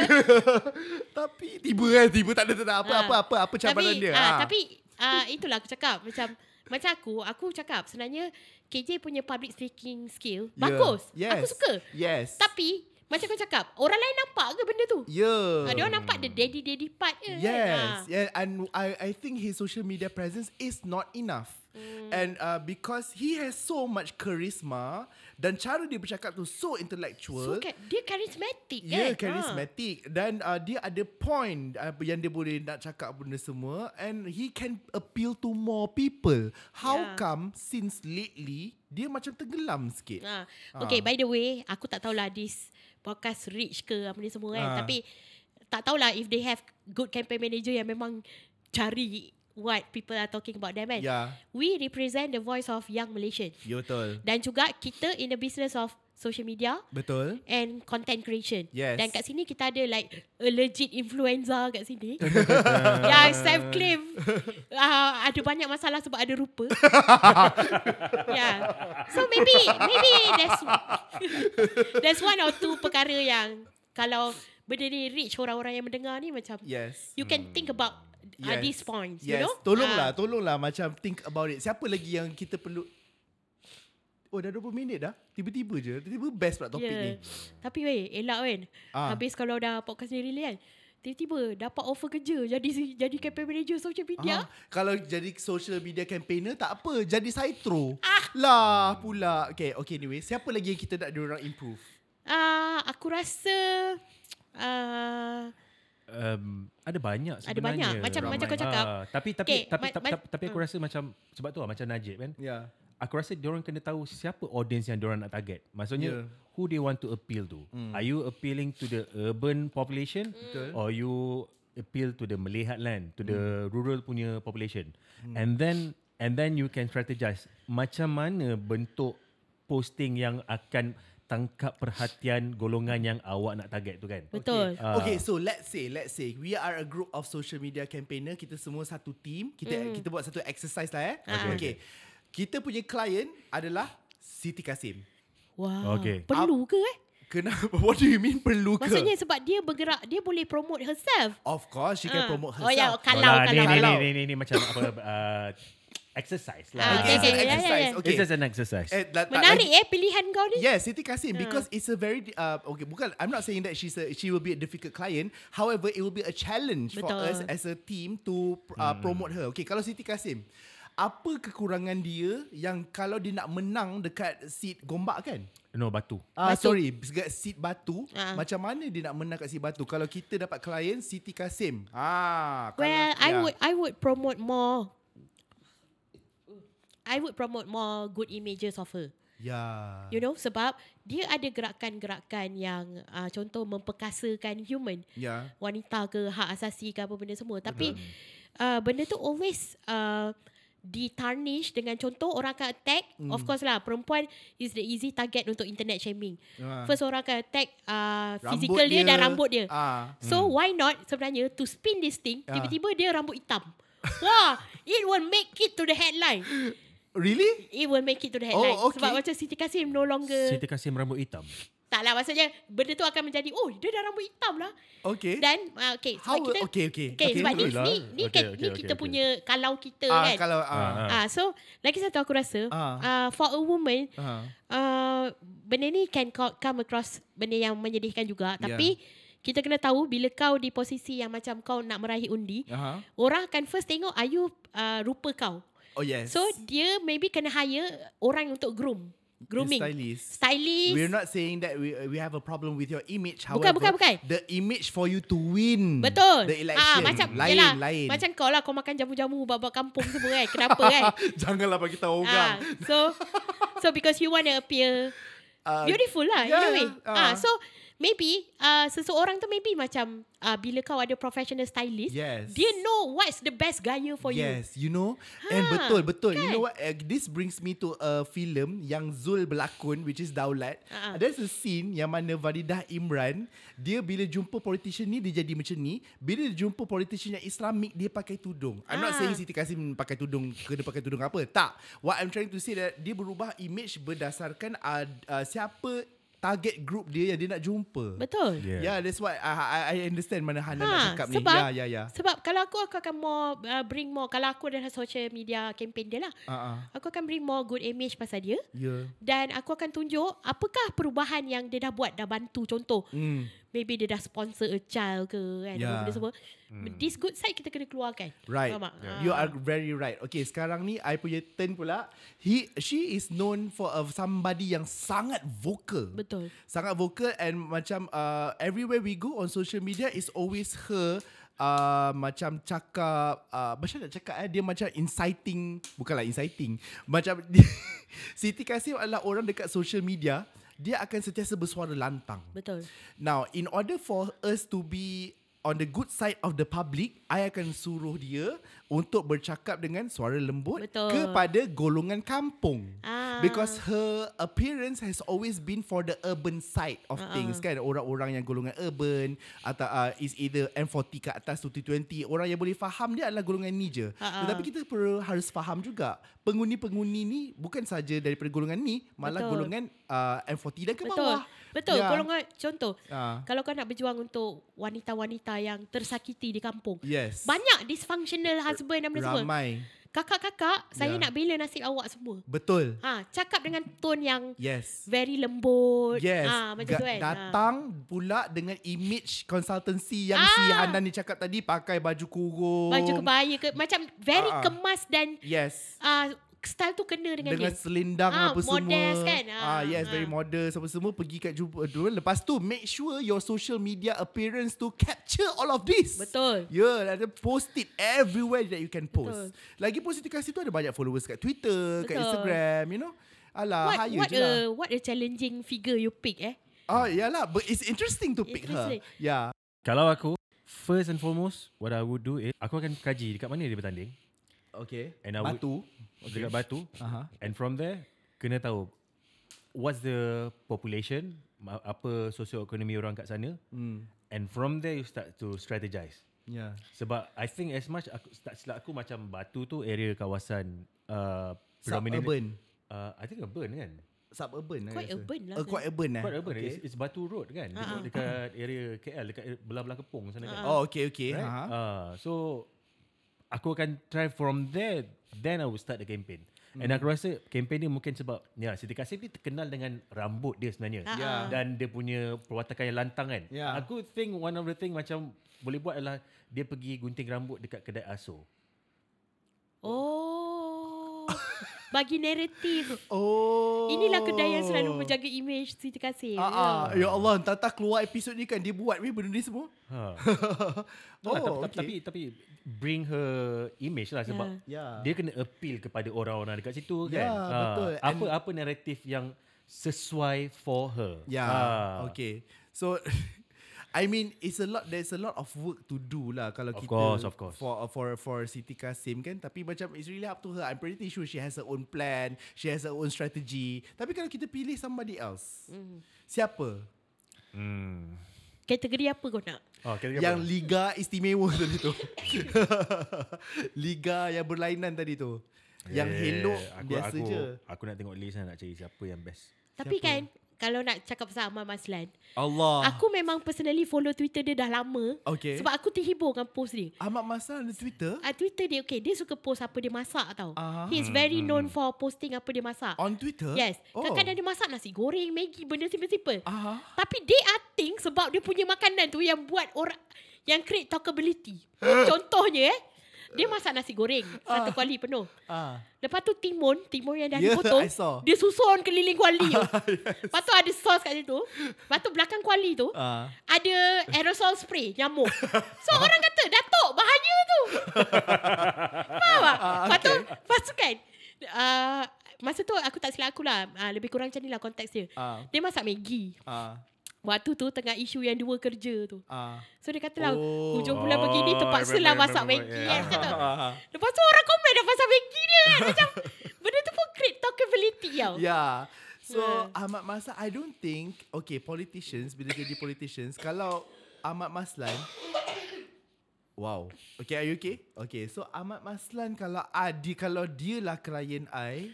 S2: tapi tiba kan, tiba tak ada tak ada (laughs) apa
S1: Ah.
S2: apa apa apa cabaran
S1: tapi,
S2: dia.
S1: ah,
S2: Ah.
S1: Tapi ah, Itulah aku cakap Macam Macam aku Aku cakap Sebenarnya KJ punya public speaking skill
S2: Yeah.
S1: Bagus
S2: Ya. Yes.
S1: Aku suka
S2: Yes.
S1: Tapi Macam kau cakap Orang lain nampak ke benda tu
S2: Yeah.
S1: Ah, Dia orang nampak the daddy-daddy part ke
S2: Ya. Yes,
S1: kan? Ah.
S2: yeah, and I, I think his social media presence is not enough.
S1: Hmm.
S2: And uh, because he has so much charisma dan cara dia bercakap tu
S1: So,
S2: so intellectual.
S1: ka- dia charismatic
S2: Ya, yeah,
S1: kan
S2: charismatic dan uh, dia ada point uh, yang dia boleh nak cakap benda semua and he can appeal to more people. How
S1: Yeah.
S2: come since lately dia macam tenggelam sikit?
S1: Ha. Okay, by the way, aku tak tahulah this podcast reach ke apa ni semua kan.
S2: Ah.
S1: Tapi tak tahulah if they have good campaign manager yang memang cari what people are talking about them kan.
S2: Ya,
S1: We represent the voice of young Malaysian.
S2: yeah, Ya, betul.
S1: Dan juga kita in the business of social media
S2: Betul.
S1: and content creation.
S2: Yes.
S1: Dan kat sini kita ada like a legit influencer kat
S2: (laughs)
S1: sini. (laughs) Ya, yang self claim uh, ada banyak masalah sebab ada
S2: (laughs)
S1: rupa. yeah. So maybe maybe that's that's one or two perkara yang kalau benda ni reach orang-orang yang mendengar ni macam
S2: Yes.
S1: you can think about uh,
S2: Hmm. Yes.
S1: these points, you
S2: Yes,
S1: know?
S2: tolonglah,
S1: Ah.
S2: tolonglah macam think about it. Siapa lagi yang kita perlu Oh dah 20 minit dah Tiba-tiba je Tiba-tiba best pula topik yeah. ni
S1: ya. Tapi weh, elak kan.
S2: Ah.
S1: Habis kalau dah podcast ni really kan. Tiba-tiba dapat offer kerja jadi jadi campaign manager social media.
S2: Ah, Kalau jadi social media campaigner Tak apa Jadi saitro ah. Lah pula Okay okay anyway Siapa lagi yang kita nak diorang improve
S1: Ah, aku rasa ah,
S3: Um, ada banyak sebenarnya.
S1: Ada banyak. Macam-
S2: macam kau
S1: cakap.
S3: Ah, tapi tapi
S1: Okay,
S3: tapi,
S1: ma-
S3: tapi,
S1: ma-
S3: tapi, tapi aku rasa macam sebab tu lah macam Najib kan.
S2: Ya
S3: Aku rasa dia orang kena tahu siapa audience yang dia orang nak target.
S2: Yeah.
S3: Maksudnya who they want to appeal to.
S2: Hmm.
S3: Are you appealing to the urban population
S1: Hmm.
S3: or you appeal to the Malay heartland, to
S2: Hmm.
S3: the rural punya population. And then and then you can strategize macam mana bentuk posting yang akan tangkap perhatian golongan yang awak nak target tu kan.
S1: betul. Ah.
S2: yeah. Okay so let's say Let's say We are a group of social media campaigner Kita semua satu team Kita mm. kita buat satu exercise lah eh
S1: Ah.
S2: okay. okay Kita punya klien adalah Siti Kasim
S1: Wow.
S3: Okay.
S1: Perlu ke eh?
S2: Kenapa? (laughs) What do you mean perlu ke?
S1: Maksudnya sebab dia bergerak, dia boleh promote herself.
S2: Of course, she
S1: Ah.
S2: can promote
S1: Oh ya,
S2: herself.
S1: kalau
S3: Alah,
S1: kalau.
S3: Ni, ni,
S1: kalau.
S3: ni, ni, ni, ni macam apa uh, exercise lah.
S1: Ah, okay,
S2: It's
S1: okay,
S2: an
S1: yeah, yeah,
S2: exercise.
S1: yeah.
S2: Okay.
S3: It's just an exercise.
S2: Eh, tak- tak
S1: Menarik
S2: lagi-
S1: eh pilihan kau
S3: Ya.
S1: ni.
S2: Yes, Siti Kasim
S1: Hmm.
S2: because it's a very uh, okay. Bukan, I'm not saying that she's a, she will be a difficult client. However, it will be a challenge for
S1: Betul.
S2: us as a team to uh, promote her. Okay, kalau Siti Kasim, apa kekurangan dia yang kalau dia nak menang dekat seat gombak kan?
S3: no, batu.
S2: Ah,
S1: Batu.
S2: sorry, dekat seat batu.
S1: Ah.
S2: Macam mana dia nak menang kat seat batu? Kalau kita dapat klien Siti Kasim. Ah, kalau-
S1: Well, I
S3: Ya.
S2: yeah.
S1: would I would promote more. I would promote more good images of her.
S2: Yeah.
S1: You know sebab dia ada gerakan-gerakan yang uh, contoh memperkasakan human.
S2: Yeah.
S1: wanita ke hak asasi ke apa benda semua tapi uh, benda tu always uh, ditarnish dengan contoh orang akan attack mm.
S2: Hmm.
S1: of course lah perempuan is the easy target untuk internet shaming
S2: Ah.
S1: first orang akan attack uh,
S2: Rambut
S1: physical dia, dan rambut dia
S2: Ah.
S1: So hmm. why not sebenarnya to spin this thing
S2: Ah.
S1: tiba-tiba dia rambut hitam. (laughs) Wah, it will make it to the headline.
S2: Really?
S1: It will make it to the headline.
S2: Oh, okay.
S1: Sebab macam Siti Kasim no longer
S3: Siti Kasim rambut hitam.
S1: tak lah maksudnya benda tu akan menjadi oh dia dah rambut hitam lah.
S2: Okay.
S1: Dan uh, okay sebab
S2: Eh. How?
S1: kita
S2: okay, okay.
S1: okay, sebab ni
S3: betul lah.
S1: ni ni, okay,
S3: Okay, okay,
S1: ni
S3: okay,
S1: kita
S3: okay.
S1: punya kalau kita
S2: Ah,
S1: kan.
S2: kalau
S3: Ah,
S2: ah.
S3: ah.
S1: Ah, so lagi satu aku rasa
S2: Ah.
S1: uh, for a woman
S2: Ah.
S1: uh, benda ni can co- come across benda yang menyedihkan juga tapi kita kena tahu bila kau di posisi yang macam kau nak meraih undi
S2: Aha.
S1: orang akan first tengok are you uh, rupa kau
S2: Oh yes.
S1: so dia maybe kena hire orang untuk groom grooming
S2: Stylist.
S1: stylist
S2: We're not saying that we we have a problem with your image.
S1: Bukan,
S2: However,
S1: bukan, bukan.
S2: The image for you to win
S1: Betul.
S2: the election.
S1: Ah, macam
S2: lain,
S1: yelah,
S2: lain.
S1: Macam kau lah kau makan jamu-jamu buat-buat kampung semua kan. Kenapa kan?
S2: (laughs) Janganlah bagi tahu
S1: ah,
S2: orang.
S1: so so because you want to appear
S2: Ah,
S1: Beautiful lah yeah,
S2: yeah,
S1: in a way.
S2: yeah,
S1: Uh.
S2: ah.
S1: Ah, so maybe uh, seseorang tu maybe macam uh, bila kau ada professional stylist,
S2: Yes.
S1: dia know what's the best gaya for you.
S2: yes, you. know. And
S1: Ha,
S2: betul, betul. You
S1: kan?
S2: know what? Uh, this brings me to a film yang Zul berlakon which is Daulat.
S1: Ah, ah.
S2: There's a scene yang mana Varidah Imran, dia bila jumpa politician ni dia jadi macam ni. Bila dia jumpa politician yang Islamik dia pakai tudung. I'm not
S1: Ah.
S2: saying Siti Kasim pakai tudung ke dia pakai tudung apa. Tak. What I'm trying to say that dia berubah image berdasarkan uh, uh, siapa target group dia yang dia nak jumpa.
S1: Betul.
S3: Yeah.
S2: Yeah, that's what I, I, I understand mana Hana nak
S1: Ha,
S2: cakap ni.
S1: sebab
S2: Ya, ya, ya.
S1: sebab kalau aku aku akan more uh, bring more kalau aku ada social media campaign dia lah.
S2: Ah, ah.
S1: Aku akan bring more good image pasal dia
S2: Ya.
S1: dan aku akan tunjuk apakah perubahan yang dia dah buat dah bantu contoh.
S2: Hmm.
S1: Maybe dia dah sponsor a child ke kan
S2: Yeah.
S1: yeah. benda semua. This good side kita kena keluarkan.
S2: Hmm. Right.
S1: Faham tak? Ah,
S2: You are very right. Okay, sekarang ni I punya turn pula. He she is known for a somebody yang sangat vocal.
S1: Betul.
S2: Sangat vocal and macam uh, everywhere we go on social media is always her Uh, macam cakap uh, Macam nak cakap eh, Dia macam inciting Bukanlah inciting Macam (laughs) dia, Siti Kasim adalah orang dekat social media Dia akan sentiasa bersuara lantang
S1: Betul.
S2: Now, in order for us to be on the good side of the public, I akan suruh dia untuk bercakap dengan suara lembut
S1: Betul.
S2: kepada golongan kampung.
S1: Ah.
S2: Because her appearance has always been for the urban side of
S1: Ah,
S2: uh-uh. things kan. Orang-orang yang golongan urban atau uh, is either M40 ke atas to 220. Orang yang boleh faham dia adalah golongan ni je.
S1: Ah, ah.
S2: Tetapi kita perlu harus faham juga pengundi-pengundi ni bukan saja daripada golongan ni, malah
S1: Betul.
S2: golongan uh, M40 dan ke
S1: Betul.
S2: bawah.
S1: Betul.
S2: Ya.
S1: Yeah. Kalau kau contoh,
S2: Ah.
S1: uh. kalau kau nak berjuang untuk wanita-wanita yang tersakiti di kampung.
S2: Yes.
S1: Banyak dysfunctional husband dan benda semua.
S2: Ramai.
S1: Kakak-kakak, saya
S2: Ya.
S1: nak bela nasib awak semua.
S2: Betul.
S1: Ha, cakap dengan tone yang
S2: Yes.
S1: very lembut.
S2: Yes.
S1: Ha, macam
S2: Ga-
S1: tu kan.
S2: Datang pula dengan image consultancy yang si
S1: Ah.
S2: Hanan ni cakap tadi pakai baju
S1: Ha.
S2: kurung.
S1: Baju kebaya ke macam very
S2: Ah, ah.
S1: uh kemas dan
S2: Yes.
S1: uh, style tu kena dengan, dia.
S2: Dengan selendang
S1: Ah,
S2: apa semua.
S1: modest kan? Ah,
S2: Ah, yes,
S1: ah.
S2: very modest apa semua. Pergi kat jumpa dulu. Lepas tu, make sure your social media appearance to capture all of this.
S1: Betul.
S2: Yeah, ada post it everywhere that you can
S1: Betul.
S2: post. Lagi pun Siti Kasih tu ada banyak followers kat Twitter, kat
S1: Betul.
S2: Instagram, you know. Alah,
S1: What,
S2: hire
S1: what
S2: je lah.
S1: a what a challenging figure you pick eh.
S2: Oh, yalah. But it's interesting to pick
S1: Interesting.
S2: her. Yeah.
S3: Kalau aku, first and foremost, what I would do is, aku akan kaji dekat mana dia bertanding,
S2: Okay.
S3: And I would-
S2: Batu.
S3: okay. dekat Batu.
S2: Aha.
S3: And from there, kena tahu what's the population, ma- apa socio-ekonomi orang kat sana.
S2: Hmm.
S3: And from there, you start to strategize.
S2: Yeah.
S3: Sebab I think as much aku tak silap aku macam Batu tu area kawasan uh, predominant-
S2: Suburban.
S3: Uh, I think urban kan.
S2: Suburban. I
S1: Quite
S2: rasa.
S1: urban lah
S2: Uh,
S1: kan?
S2: quite urban lah.
S3: Quite urban.
S2: Okay.
S3: It's, it's Batu Road kan. Dekat,
S1: Ah.
S3: dekat area KL, dekat belah-belah Kepong sana kan.
S2: Oh, okay, okay.
S3: Right?
S2: Ha.
S1: Ah.
S3: Uh, so aku akan try from there then I will start the campaign. And aku
S2: Hmm.
S3: rasa campaign ni mungkin sebab ya Siti Kasih ni terkenal dengan rambut dia sebenarnya.
S1: Ah, Ya. ah.
S3: Dan dia punya perwatakan yang lantang kan.
S2: Ya.
S3: Aku think one of the thing macam boleh buat adalah dia pergi gunting rambut dekat kedai aso.
S2: (laughs)
S1: Oh. Bagi naratif.
S2: Oh.
S1: Inilah kedai yang selalu menjaga image Siti Kasih.
S2: Ah, ah. Ya Allah, tata keluar episod ni kan dia buat weh benda ni semua. (laughs)
S3: (laughs) Ha.
S2: oh,
S3: Oh,
S2: okay.
S3: tapi, tapi tapi bring her image lah sebab
S2: Yeah.
S3: dia kena appeal kepada orang-orang dekat situ
S2: Yeah,
S3: kan. Ah,
S2: Ya. betul.
S3: Apa apa
S2: Ya,
S3: naratif yang sesuai for her. Ha.
S2: Yeah.
S3: Ah.
S2: Okay. So (laughs) I mean it's a lot there's a lot of work to do lah kalau
S3: Of
S2: kita
S3: course, of course.
S2: for uh, for for Siti Kasim kan tapi macam it's really up to her I'm pretty sure she has her own plan she has her own strategy tapi kalau kita pilih somebody else
S1: Mm-hmm.
S2: mm. siapa
S1: Kategori apa kau nak?
S3: Oh, kira
S2: yang liga istimewa (laughs) tadi tu liga yang berlainan tadi tu yang helok biasa
S3: Eh, aku,
S2: je
S3: Aku nak tengok list lah, nak cari siapa yang best.
S1: Tapi kan kalau nak cakap pasal Ahmad Maslan,
S2: Allah
S1: aku memang personally follow Twitter dia dah lama.
S2: Ah. Okay.
S1: Sebab aku terhibur dengan post dia.
S2: Ahmad Masal di Twitter
S1: Uh, Twitter dia okay, dia suka post apa dia masak tau.
S2: Ah.
S1: Uh-huh. He's very known for posting apa dia masak.
S2: on Twitter
S1: Yes.
S2: oh. Ah.
S1: Kadang-kadang dia masak nasi goreng, Maggi, benda simple-simple.
S2: Aha.
S1: Tapi they are thing sebab dia punya makanan tu yang buat orang yang create talkability. Contohnya eh, dia masak nasi goreng satu kuali penuh.
S2: ah
S1: Lepas tu timun, timun yang dah
S2: Yeah,
S1: dipotong,
S2: (laughs) I saw. Ah,
S1: dia susun keliling kuali
S2: (laughs)
S1: tu. Lepas tu ada sos kat situ. Lepas tu belakang kuali tu,
S2: ah
S1: ada aerosol spray
S2: (laughs)
S1: nyamuk. So orang kata, Datuk bahaya tu. Faham tak?
S2: Ah,
S1: Lepas tu, lepas tu kan, uh, masa tu aku tak silap aku lah. Uh, lebih kurang macam ni lah konteks dia.
S2: Ah.
S1: Dia masak Maggi.
S2: ah
S1: Waktu tu tengah isu yang dua kerja tu.
S2: ah
S1: So dia kata lah,
S2: Oh.
S1: hujung bulan begini
S3: Oh,
S1: terpaksa
S3: I
S1: lah
S3: remember,
S1: masak
S3: remember,
S1: Maggi.
S3: yeah.
S1: Kan, macam
S2: (laughs)
S1: tu.
S2: ah
S1: Lepas tu orang komen dah pasal Maggi dia kan. Macam benda tu pun create talkability tau.
S2: Yeah. Ya. So
S1: Yeah.
S2: Ahmad Maslan I don't think okay politicians bila jadi politicians kalau Ahmad Maslan Wow. Okay, are you okay? Okay, so Ahmad Maslan kalau adi kalau dia lah klien I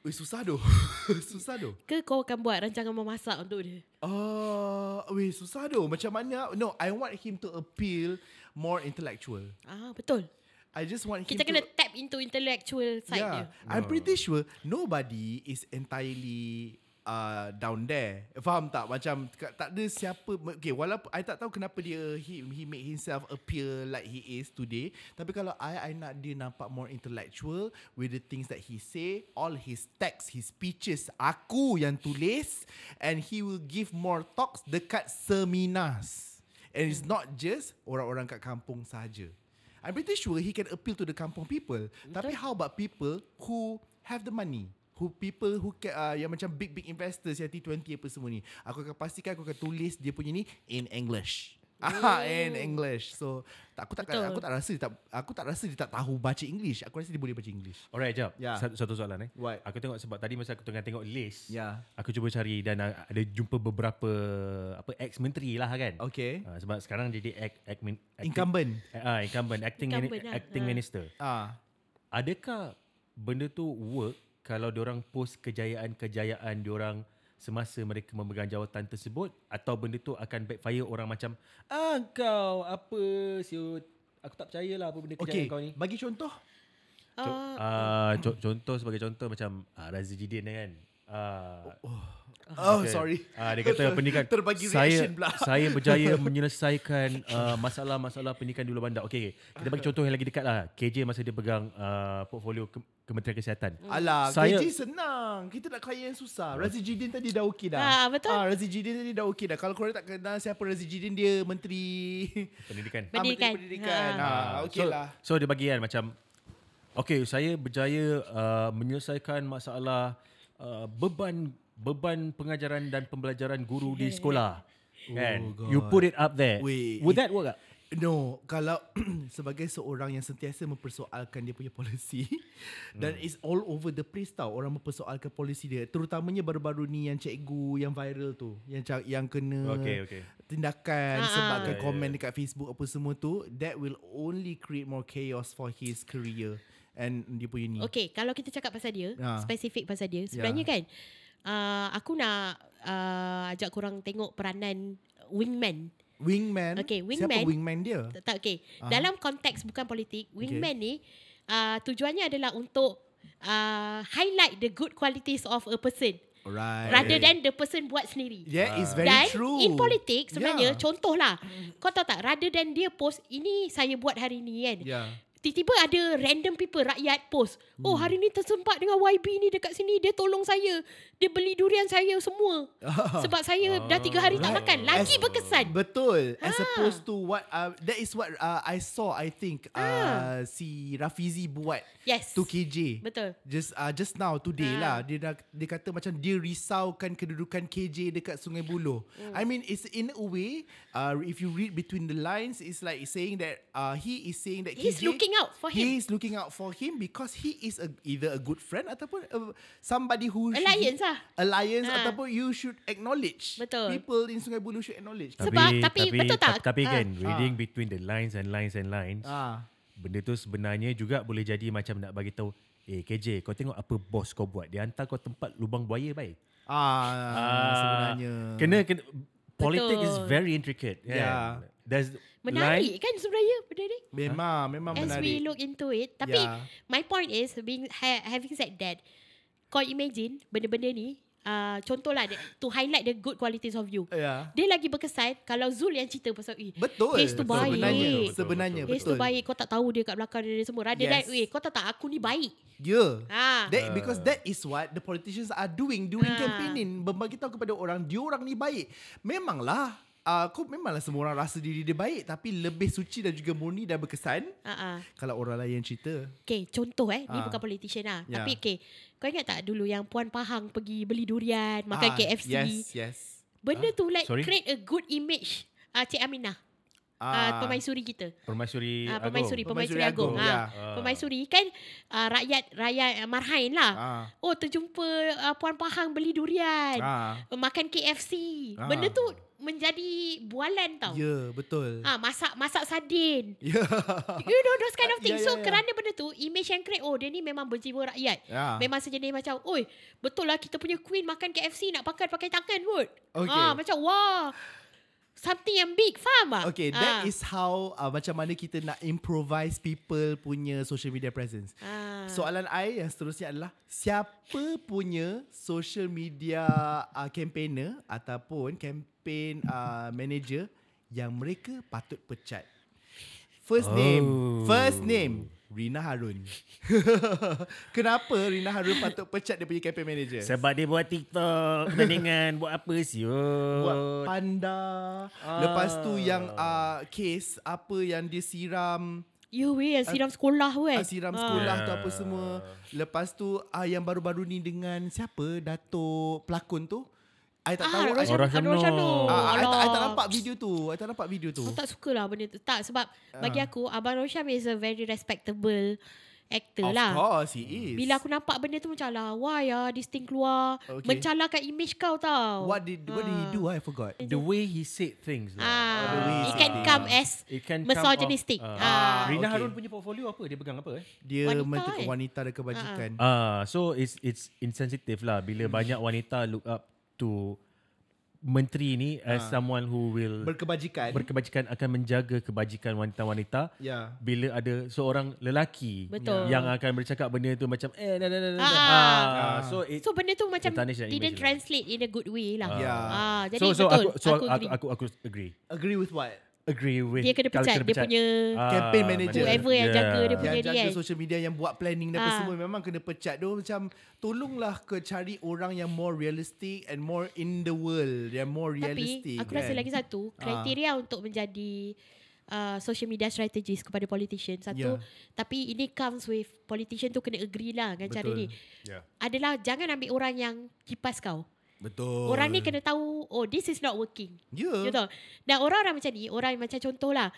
S2: Weh, susah doh. (laughs) susah doh.
S1: Ke kau akan buat rancangan memasak untuk dia?
S2: Ah, uh, weh, susah doh. Macam mana? No, I want him to appeal more intellectual.
S1: Ah betul.
S2: I just want
S1: Kita
S2: him
S1: kena
S2: to
S1: tap into intellectual side yeah. dia.
S2: I'm pretty sure nobody is entirely uh, down there. Faham tak? Macam tak tak ada siapa okay, walaupun I tak tahu kenapa dia he, he make himself appear like he is today, tapi kalau I I nak dia nampak more intellectual with the things that he say, all his texts, his speeches aku yang tulis and he will give more talks dekat seminars. And it's not just orang-orang kat kampung saja. I'm pretty sure he can appeal to the kampung people. Betul. Tapi how about people who have the money? Who people who can, uh, yang macam big big investors yang T20 apa semua ni. Aku akan pastikan aku akan tulis dia punya ni in English. (laughs) Ah, in English. So tak, aku tak
S1: Betul.
S2: aku tak rasa dia tak aku tak rasa dia tak tahu baca English. Aku rasa dia boleh baca English.
S3: Alright, jap.
S2: Ya.
S3: Satu, satu soalan eh.
S2: What?
S3: Aku tengok sebab tadi masa aku tengah tengok list.
S2: Ya.
S3: Aku cuba cari dan uh, ada jumpa beberapa apa ex-menteri lah kan.
S2: Okay.
S3: Uh, sebab sekarang jadi act, act, min-
S2: Oh.
S3: acting,
S2: Incumbent.
S3: Ah, incumbent acting
S1: Incumbent
S3: incumbent
S1: lah.
S3: acting
S1: Ah.
S3: minister.
S2: Ah.
S3: Adakah benda tu work kalau diorang post kejayaan-kejayaan diorang semasa mereka memegang jawatan tersebut atau benda tu akan backfire orang macam ah kau apa siut aku tak percayalah apa benda kejayaan
S2: Okay,
S3: kau ni.
S2: bagi contoh.
S1: Uh,
S3: Ah co- contoh sebagai contoh macam ah, Razidin kan. Ah
S2: Oh,
S3: Okay.
S2: sorry.
S3: Ah, dia
S2: (laughs)
S3: kata pendidikan
S2: Terbagi
S3: saya,
S2: reaction pula.
S3: (laughs) Saya
S2: (laughs)
S3: berjaya menyelesaikan uh, masalah-masalah pendidikan di luar bandar. Okey, kita bagi contoh yang lagi dekat lah. KJ masa dia pegang uh, portfolio ke- Kementerian Kesihatan.
S2: Hmm.
S1: Mm.
S2: Alah,
S3: Saya-
S2: KJ senang. Kita nak klien yang susah. Razi Jidin tadi dah okey dah.
S1: Ah, betul.
S2: Ah, Razi Jidin tadi dah okey dah. Kalau korang tak kenal siapa Razi Jidin, dia menteri
S3: Pendidikan.
S1: (laughs)
S2: Ah, menteri
S1: Pendidikan.
S2: pendidikan. Ha,
S3: Ah,
S2: ah, okey
S3: so,
S2: lah.
S3: So dia bagi kan macam Okay, saya berjaya uh, menyelesaikan masalah uh, beban beban pengajaran dan pembelajaran guru di sekolah. Kan?
S2: God.
S3: you put it up there.
S2: Wait.
S3: Would that work? tak?
S2: No, kalau (clears throat) sebagai seorang yang sentiasa mempersoalkan dia punya polisi (laughs) dan it's all over the place tau orang mempersoalkan polisi dia terutamanya baru-baru ni yang cikgu yang viral tu yang ca- yang kena
S3: Okay, okay.
S2: tindakan
S1: Ah,
S2: sebabkan
S3: ah. Ya,
S2: komen dekat Facebook apa semua tu that will only create more chaos for his career and dia punya ni.
S1: okay, kalau kita cakap pasal dia, uh.
S2: Ah.
S1: spesifik pasal dia, sebenarnya yeah.
S2: Ya.
S1: kan uh, aku nak uh, ajak korang tengok peranan wingman.
S2: Wingman.
S1: Okay,
S2: Siapa
S1: wingman.
S2: wingman dia?
S1: Tak- Tak okay. Dalam konteks bukan politik, wingman ni uh, tujuannya adalah untuk uh, highlight the good qualities of a person
S2: Alright.
S1: rather than the person buat sendiri.
S2: Eh. Yeah, it's very
S1: Dan
S2: true.
S1: in politics sebenarnya
S2: Yeah.
S1: contohlah kau tahu tak rather than dia post ini saya buat hari ni kan.
S2: Yeah.
S1: Tiba-tiba ada random people rakyat post. Oh
S2: Hmm.
S1: hari ni tersempat dengan YB ni dekat sini dia tolong saya. Dia beli durian saya
S2: (laughs)
S1: semua. Sebab saya dah tiga hari
S2: Ah.
S1: tak makan. Lagi berkesan. Ah.
S2: Betul. As opposed to what uh, that is what uh, I saw I think
S1: Ah.
S2: uh, si Rafizi buat
S1: Yes.
S2: to KJ.
S1: Betul.
S2: Just uh, just now today
S1: Ah.
S2: lah dia dah, dia kata macam dia risaukan kedudukan KJ dekat Sungai Buloh.
S1: Hmm.
S2: I mean it's in a way uh, if you read between the lines it's like saying that uh, he is saying that
S1: He's
S2: KJ,
S1: looking out for him.
S2: He is looking out for him because he is a, either a good friend ataupun a, somebody who should-
S1: Alliance lah.
S2: alliance
S1: Ah.
S2: ataupun you should acknowledge.
S1: Betul.
S2: People in Sungai Buloh should acknowledge.
S1: Tapi- Sebab- tapi betul tak?
S3: tap- Tapi
S1: Ah.
S3: kan reading between the lines and lines and lines.
S2: Ah.
S3: Benda tu sebenarnya juga boleh jadi macam nak bagi tahu Eh KJ kau tengok apa bos kau buat Dia hantar kau tempat lubang buaya baik
S2: Ah,
S3: Ah,
S2: sebenarnya.
S3: Kena, kena Politics is
S1: Betul.
S3: very intricate kan?
S2: Yeah.
S3: There's
S1: Menarik
S3: line,
S1: kan sebenarnya benda ni.
S2: memang memang
S1: As
S2: menarik.
S1: we look into it. Tapi
S2: Yeah.
S1: my point is being ha, having said that, kau imagine benda-benda ni uh, contohlah dia- to highlight the good qualities of you.
S2: Ya.
S1: Dia lagi berkesan kalau Zul yang cerita pasal eh,
S2: Betul.
S1: Taste tu
S2: betul,
S1: baik.
S2: Sebenarnya,
S1: Betul,
S3: betul,
S2: sebenarnya
S1: Dia
S2: betul.
S1: tu baik Kau tak tahu dia kat belakang dia, dia semua Rather yes.
S2: Yes.
S1: than eh, Kau tahu tak aku ni baik
S2: Yeah.
S1: ha.
S2: Ya. That, because that is what the politicians are doing during
S1: Ah.
S2: campaigning. Membagi tahu kepada orang, dia orang ni baik. Memanglah, uh, kau memanglah semua orang rasa diri dia baik. Tapi lebih suci dan juga murni dan berkesan
S1: Ha-ha.
S2: kalau orang lain yang cerita.
S1: ah, Okay contoh eh Ni
S2: Ah.
S1: bukan politician lah
S2: Ya.
S1: Tapi okay Kau ingat tak dulu Yang Puan Pahang Pergi beli durian Makan
S2: Ah,
S1: KFC
S2: Yes, Ah, yes.
S1: Benda tu like
S3: Sorry?
S1: Create a good image uh, Cik Aminah uh,
S2: Ah,
S1: Pemaisuri kita
S3: Permaisuri
S1: uh,
S3: Agong.
S1: Pemaisuri Pemaisuri
S2: Pemaisuri
S1: Agong,
S2: Agong,
S1: ha.
S2: ya.
S3: Ah.
S1: Pemaisuri kan uh, Rakyat Rakyat uh, Marhain lah
S2: Ah.
S1: Oh terjumpa uh, Puan Pahang Beli durian
S2: Ah.
S1: Makan KFC
S2: Ah.
S1: Benda tu Menjadi Bualan tau
S2: Ya, betul.
S1: Ah ha, masak masak sardin.
S2: Ya.
S1: (laughs) You know those kind of
S2: Ya,
S1: things.
S2: ya,
S1: so
S2: ya.
S1: kerana benda tu image yang create oh dia ni memang berjiwa rakyat.
S2: Ya.
S1: Memang sejenis macam oi betul lah kita punya queen makan KFC nak pakai pakai tangan kot.
S2: Okay.
S1: Ah macam wah something yang big faham tak? Ah.
S2: Okay, that is how uh, macam mana kita nak improvise people punya social media presence.
S1: ah. so
S2: Soalan I yang seterusnya adalah siapa punya social media uh, campaigner ataupun campaign uh, manager yang mereka patut pecat. First name,
S3: Oh.
S2: first name Rina Harun. (laughs) Kenapa Rina Harun patut pecat dia punya campaign manager?
S3: Sebab dia buat TikTok Mendingan buat apa
S2: buat
S3: siut
S2: panda.
S3: Ah.
S2: Lepas tu yang uh, case apa yang dia siram
S1: you Ya, weh yang siram sekolah tu kan.
S2: ah, siram sekolah tu
S3: Ah.
S2: apa semua. Lepas tu ah, yang baru-baru ni dengan siapa Datuk pelakon tu? I tak
S1: Ah,
S2: tahu. I,
S1: Rosyam-
S3: Rosyam-
S1: Rosyam Rosyam
S3: Noh.
S1: Noh.
S2: ah, I, tak, I tak
S1: Alah.
S2: nampak video tu. I tak nampak video tu.
S1: Aku tak suka lah benda tu. Tak sebab
S2: Ah.
S1: bagi aku Abang Rosyam is a very respectable actor
S2: Of
S1: lah.
S2: course he is.
S1: Bila aku nampak benda tu macam lah Why ah This thing keluar
S2: Okay.
S1: okay. Mencalarkan image kau tau
S2: What did what did he do? I forgot.
S3: The way he said things lah.
S2: The way
S1: Ah,
S2: he
S1: It
S2: said
S1: can
S2: things.
S1: come as
S3: It can come
S1: Misogynistic
S3: off,
S1: ah.
S2: okay.
S3: Rina Harun punya portfolio apa? Dia pegang apa eh?
S2: Dia
S1: Wanita,
S2: menteri
S1: eh?
S2: wanita dan kebajikan.
S3: Ah, so it's it's insensitive lah bila banyak wanita look up to menteri ni as someone who will
S1: ah.
S2: Berkebajikan.
S3: berkebajikan akan menjaga kebajikan wanita-wanita.
S2: Ya.
S3: Bila ada seorang lelaki
S1: Betul.
S3: yang akan bercakap benda tu macam eh dah dah dah dah.
S1: Ah.
S3: Ah, so it
S1: So benda tu macam
S3: Tarnish that
S1: Didn't
S3: image lah.
S1: translate In a good way lah
S2: Ya.
S1: ah, Jadi
S3: so so
S1: betul
S3: aku so aku aku,
S1: agree.
S3: aku aku agree.
S2: Agree with what?
S3: Agree with
S1: Dia kena
S3: kalau
S1: pecat, dia punya
S3: Ah.
S2: Campaign manager.
S1: Whoever yang jaga dia punya
S2: Yang
S1: ni
S2: jaga
S1: kan.
S2: social media Yang buat planning dan apa
S1: Ah.
S2: semua Memang kena pecat Dia orang macam Tolonglah ke cari orang yang more realistic And more in the world Yang more
S1: Tapi
S2: realistic kan?
S1: aku rasa lagi satu Kriteria untuk menjadi Uh, social media strategist kepada politician satu
S2: Ya.
S1: tapi ini comes with politician tu kena agree lah dengan cara
S2: Betul.
S1: ni
S3: Yeah.
S1: adalah jangan ambil orang yang kipas kau
S2: Betul
S1: Orang ni kena tahu Oh this is not working
S2: Ya
S1: You tahu Dan orang-orang macam ni Orang macam contohlah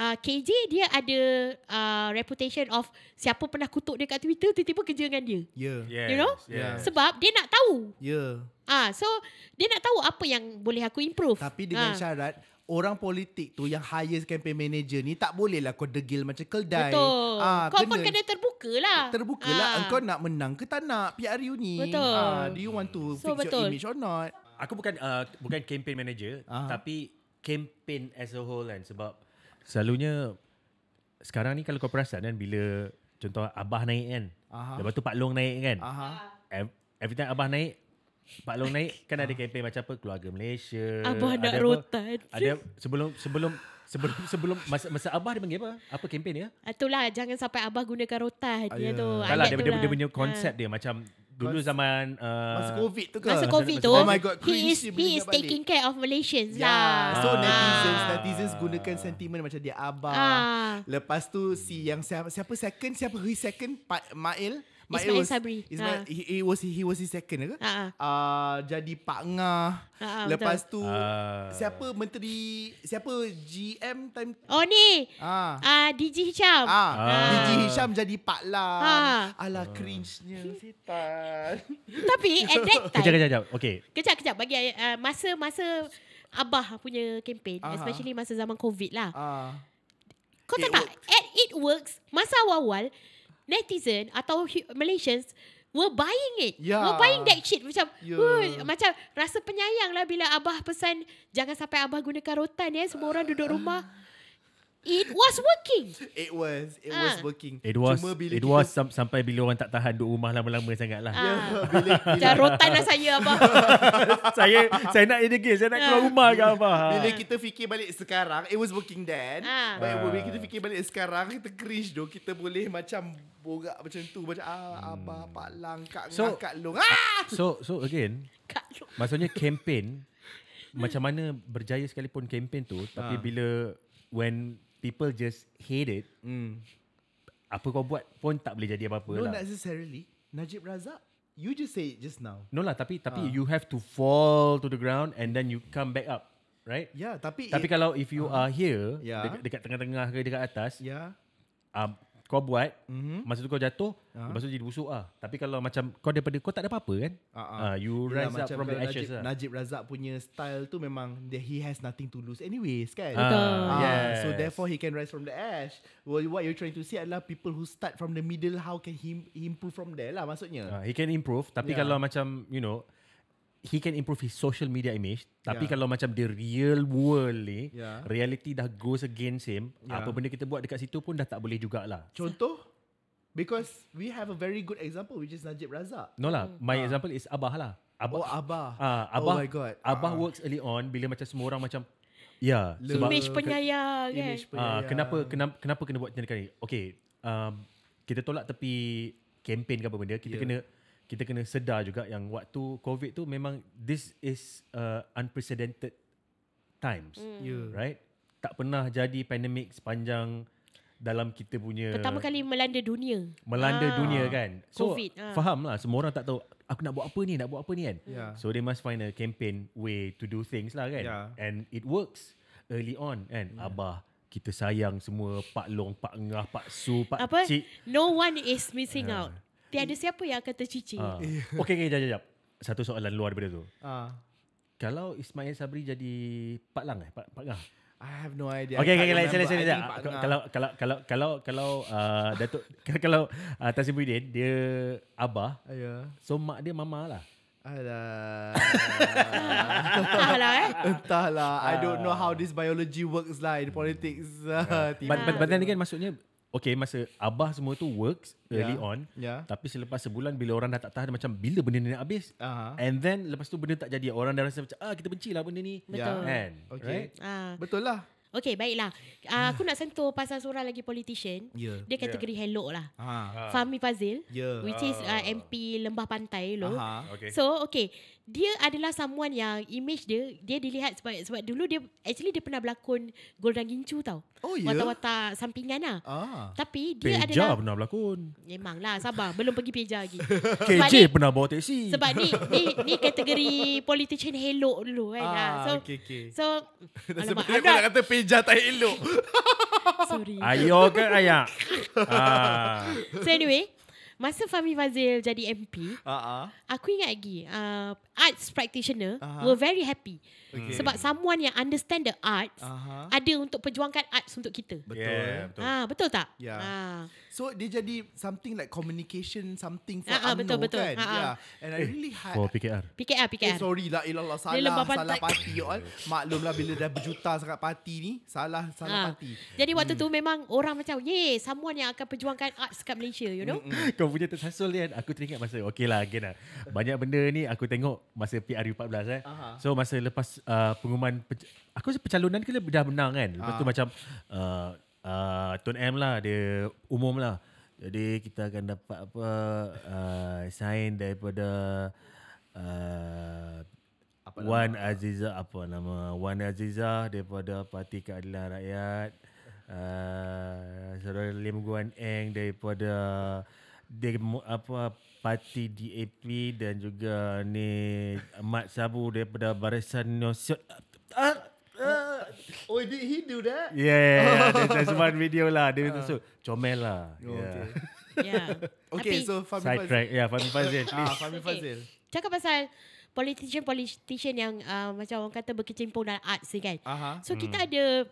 S1: uh, KJ dia ada uh, Reputation of Siapa pernah kutuk dia kat Twitter Tiba-tiba kerja dengan dia
S2: Ya
S3: Yes,
S1: You know?
S2: Yeah.
S1: Sebab dia nak tahu
S2: Ya
S1: Ah, So Dia nak tahu apa yang Boleh aku improve
S2: Tapi
S1: Ah,
S2: dengan syarat Orang politik tu Yang hire campaign manager ni Tak bolehlah kau degil macam keldai
S1: Betul
S2: Ah,
S1: Kau pun kena terbuka lah
S2: Terbuka lah
S1: Ah.
S2: Engkau nak menang ke tak nak PRU ni
S1: Betul.
S2: Ah, Do you want to
S1: So,
S2: fix
S1: betul.
S2: your image or not
S3: Aku bukan uh, bukan campaign manager
S2: Ah.
S3: uh-huh. tapi campaign as a whole kan sebab selalunya sekarang ni kalau kau perasan kan bila contoh abah naik kan.
S2: Aha.
S3: Lepas tu Pak Long naik kan.
S2: Aha.
S3: Ev- Every time abah naik Pak Long
S2: Eh,
S3: naik kan ada campaign macam apa keluarga Malaysia.
S1: Abah nak
S3: ada apa,
S1: rotan.
S3: Ada sebelum sebelum Sebelum sebelum masa masa abah dia panggil apa? Apa kempen dia?
S1: Ah, Itulah jangan sampai abah gunakan rotan dia
S2: Ah, ya.
S1: tu.
S2: Tak
S3: Tak lah
S1: Ayat
S3: dia,
S1: tu
S3: dia,
S1: lah.
S3: dia punya
S1: Ah.
S3: konsep dia macam dulu
S2: Konsep-
S3: zaman uh,
S2: Masa COVID tu ke?
S1: Masa COVID tu,
S2: Oh my God,
S1: he is
S2: cringe dia boleh
S1: he is
S2: ingat balik.
S1: taking care of Malaysians
S2: Yeah.
S1: lah.
S2: So
S3: Ah.
S2: netizens netizens gunakan sentimen macam dia abah.
S1: Ah.
S2: Lepas tu si yang siapa, siapa second siapa his second pa, Mail
S1: Ismail Sabri. Ah.
S2: Ismail, he, he was he was his second
S1: Ah,
S2: ke?
S1: ah.
S2: Uh, jadi Pak Ngah.
S1: Ah, ah,
S2: Lepas tu
S3: Ah.
S2: siapa menteri siapa GM time
S1: Oh ni,
S2: ah
S1: ah DJ Hisham.
S2: ah,
S1: Ha.
S3: Ah.
S2: DJ Hisham jadi Pak Lam.
S1: Ah.
S2: Ala cringe-nya setan.
S1: Tapi
S2: (laughs)
S1: at that
S3: Kejap,
S1: time,
S3: kejap, kejap. Okay.
S1: kejap kejap bagi uh, masa-masa abah punya kempen,
S2: Aha.
S1: especially masa zaman COVID lah.
S2: ah.
S1: Kau
S2: It
S1: tahu tak? At It Works, masa awal-awal, netizen atau hu- Malaysians were buying it.
S2: Yeah.
S1: Were buying that shit. Macam,
S2: Yeah.
S1: yeah. macam rasa penyayang lah bila Abah pesan, jangan sampai Abah gunakan rotan ya. Semua orang duduk rumah. It was working.
S2: It was it
S1: Ah.
S2: was working.
S3: It was,
S2: Cuma bila
S3: it
S2: kita
S3: was sam- sampai bila orang tak tahan duduk rumah lama-lama sangat lah.
S1: Ah.
S2: Ya, (laughs) bila,
S1: Macam rotan lah saya
S2: (laughs)
S1: Abah.
S3: (laughs) saya saya nak ada game, saya nak keluar
S1: (laughs)
S3: rumah ke apa.
S2: bila kita fikir balik sekarang it was working then
S1: Ah.
S2: but bila kita fikir balik sekarang kita cringe doh kita boleh macam borak macam tu macam ah abah pak lang kak
S3: Hmm. So-
S2: so, ngah kak long ah
S3: So so again,
S1: Kak Long.
S3: maksudnya campaign (laughs) macam mana berjaya sekalipun campaign tu, tapi
S2: Ah.
S3: bila when people just hate it,
S2: mm.
S3: apa kau buat pun tak Hmm, boleh jadi apa-apa
S2: no
S3: lah.
S2: not necessarily Najib Razak you just say it just now
S3: No lah, tapi tapi
S2: Ha.
S3: you have to fall to the ground and then you come back up, right?
S2: yeah Ya, tapi
S3: Tapi kan-
S2: it,
S3: kalau if you are here,
S2: Ya.
S3: dekat, dekat tengah-tengah ke dekat atas,
S2: yeah Mm-hmm.
S3: um, kau buat, masa tu kau jatuh,
S2: Uh-huh.
S3: lepas tu jadi busuk ah. Tapi kalau macam kau daripada kau tak ada apa-apa kan?
S2: Ah, ah.
S3: Ah, you
S2: Yelah,
S3: rise up
S2: macam
S3: from the
S2: kalau
S3: ashes
S2: Najib,
S3: lah.
S2: Najib Razak punya style tu memang dia, he has nothing to lose anyways kan.
S3: Betul. Ah, yes.
S2: So therefore he can rise from the ash. Well, what you're trying to say adalah people who start from the middle how can he, he improve from there lah maksudnya.
S3: Ah, he can improve tapi
S2: Yeah.
S3: kalau macam you know he can improve his social media image tapi
S2: Yeah.
S3: kalau macam the real world ni
S2: Yeah.
S3: reality dah goes against him
S2: Yeah.
S3: apa benda kita buat dekat situ pun dah tak boleh jugalah
S2: Contoh because we have a very good example which is Najib Razak.
S3: no lah my example is Abah lah
S2: Ah. Oh
S3: Abah
S2: Abah.
S3: ah,
S2: oh
S3: Abah
S2: my god.
S3: Abah
S2: Ah.
S3: works early on bila macam semua orang macam ya
S2: Love.
S3: sebab
S1: Image penyayang kan.
S2: Image
S3: ah,
S2: penyayang.
S3: kenapa kenapa kenapa kena buat macam ni kali okey um, kita tolak tepi kempen ke apa benda
S2: Yeah.
S3: kita yeah. kena kita kena sedar juga yang waktu covid tu memang this is uh, unprecedented times mm.
S2: Yeah.
S3: right tak pernah jadi pandemik sepanjang dalam kita punya
S1: Pertama kali melanda dunia.
S3: melanda
S1: Ah.
S3: dunia kan so
S1: Covid, ah.
S3: faham lah semua orang tak tahu aku nak buat apa ni nak buat apa ni kan
S2: Yeah.
S3: so they must find a campaign way to do things lah kan
S2: Yeah.
S3: and it works early on kan abah kita sayang semua Pak Long, Pak Ngah, Pak Su, Pak
S1: Apa? (laughs)
S3: Cik.
S1: No one is missing out. Tiada siapa yang akan tercicir.
S3: Ah. Okay, okay, jap, jap, jap. Satu soalan luar daripada tu.
S2: Ah.
S3: Kalau Ismail Sabri jadi Pak Lang eh? Pak, Pak Ngah?
S2: I have no idea.
S3: Okay,
S2: I
S3: okay,
S2: can't
S3: okay, sila,
S2: remember.
S3: sila,
S2: I
S3: sila.
S2: think Pak Ngah.
S3: Kalau, kalau, kalau, kalau, kalau uh, Datuk, (laughs) kalau uh, Tasimuddin, dia Abah,
S2: Ayah.
S3: so mak dia Mama lah.
S2: Alah.
S1: Entahlah eh.
S2: (laughs) Entahlah, I don't know how this biology works lah in politics. (laughs) Yeah.
S3: But, but, but then again maksudnya Okay masa Abah semua tu works Early
S2: Yeah.
S3: on
S2: Yeah.
S3: Tapi selepas sebulan Bila orang dah tak tahan Macam bila benda ni nak habis
S2: Aha.
S3: And then Lepas tu benda tak jadi Orang dah rasa macam Ah kita benci lah benda ni
S1: Betul. Yeah.
S3: Kan
S2: Ya. Okay.
S3: okay. right?
S1: Ah.
S2: Betul lah.
S1: Okay, baiklah. Uh, aku nak sentuh pasal seorang lagi politician.
S2: Ya.
S1: Dia kategori yeah. hello lah.
S3: Ah.
S2: Ha.
S1: Uh. Fahmi Fazil,
S2: Ya.
S1: which is uh, MP Lembah Pantai lo.
S2: Aha.
S3: Okay.
S1: So, okay. Dia adalah someone yang image dia, dia dilihat sebab sebab dulu dia actually dia pernah berlakon Golden Gincu tau.
S2: Oh, ya?
S1: Watak-watak sampingan lah.
S2: Ah.
S1: Tapi dia
S3: Peja
S1: adalah
S3: pernah (laughs) berlakon
S1: Memanglah sabar belum pergi peja lagi. Sebab ni
S3: KJ pernah bawa teksi
S1: sebab ni ni ni kategori politician hello dulu kan. Ah, so
S2: okay, okay. (laughs)
S1: so alamak
S2: Sebenarnya kau nak
S1: Anak,
S2: kata peja tak elok.
S1: sorry.
S3: Ayo ke
S2: (laughs)
S3: ayak ah.
S1: So anyway, masa Fahmi Fazil jadi MP,
S2: Ah, ah.
S1: aku ingat lagi uh, arts practitioner uh-huh.
S2: Aha.
S1: were very happy
S2: Okay.
S1: okay. sebab someone yang understand the arts uh-huh.
S2: Aha.
S1: ada untuk perjuangkan arts untuk kita.
S2: Betul.
S3: Yeah, betul.
S1: Ah betul tak?
S2: Ya.
S1: Ah.
S2: So dia jadi something like communication something for
S1: Ah, ah,
S2: UMNO
S1: betul, betul.
S2: kan.
S1: Ah, ah.
S2: Yeah. And I really had
S3: For PKR
S1: PKR PKR.
S2: Eh, sorry lah ilallah salah
S1: lembah pantai.
S2: salah parti all. Maklumlah bila dah berjuta sangat parti ni, salah salah
S1: Ah.
S2: parti. Hmm. Hmm.
S1: Jadi waktu tu memang orang macam, "Yay, someone yang akan perjuangkan arts kat Malaysia," you know?
S3: Kau kau punya tersasul ni kan Aku teringat masa Okay lah again lah Banyak benda ni aku tengok Masa PRU14 eh
S2: Aha.
S3: So masa lepas uh, pengumuman penc- Aku rasa pencalonan ke dah menang kan Lepas tu
S2: Ah.
S3: macam uh, uh, Tun M lah Dia umum lah Jadi kita akan dapat apa uh, Sign daripada uh,
S2: Apa
S3: Wan Aziza apa nama Wan Aziza daripada Parti Keadilan Rakyat uh, saudara Lim Guan Eng daripada demo, apa Parti DAP dan juga ni Mat Sabu daripada Barisan Nasional ah, ah.
S2: Oh, did he do that?
S3: Yeah, yeah, there's one video lah. Dia uh. so, comel lah.
S2: Oh,
S3: yeah.
S2: okay.
S1: Yeah.
S2: (laughs) Okay,
S1: Ya. Tapi,
S2: so Fahmi Fazil.
S3: Sidetrack. Yeah, Fahmi Fazil.
S2: Ah,
S3: please.
S2: Fahmi
S1: Okay.
S2: Fazil.
S1: Cakap pasal politician-politician yang uh, macam orang kata berkecimpung dalam arts ni kan.
S2: Aha.
S1: So kita ada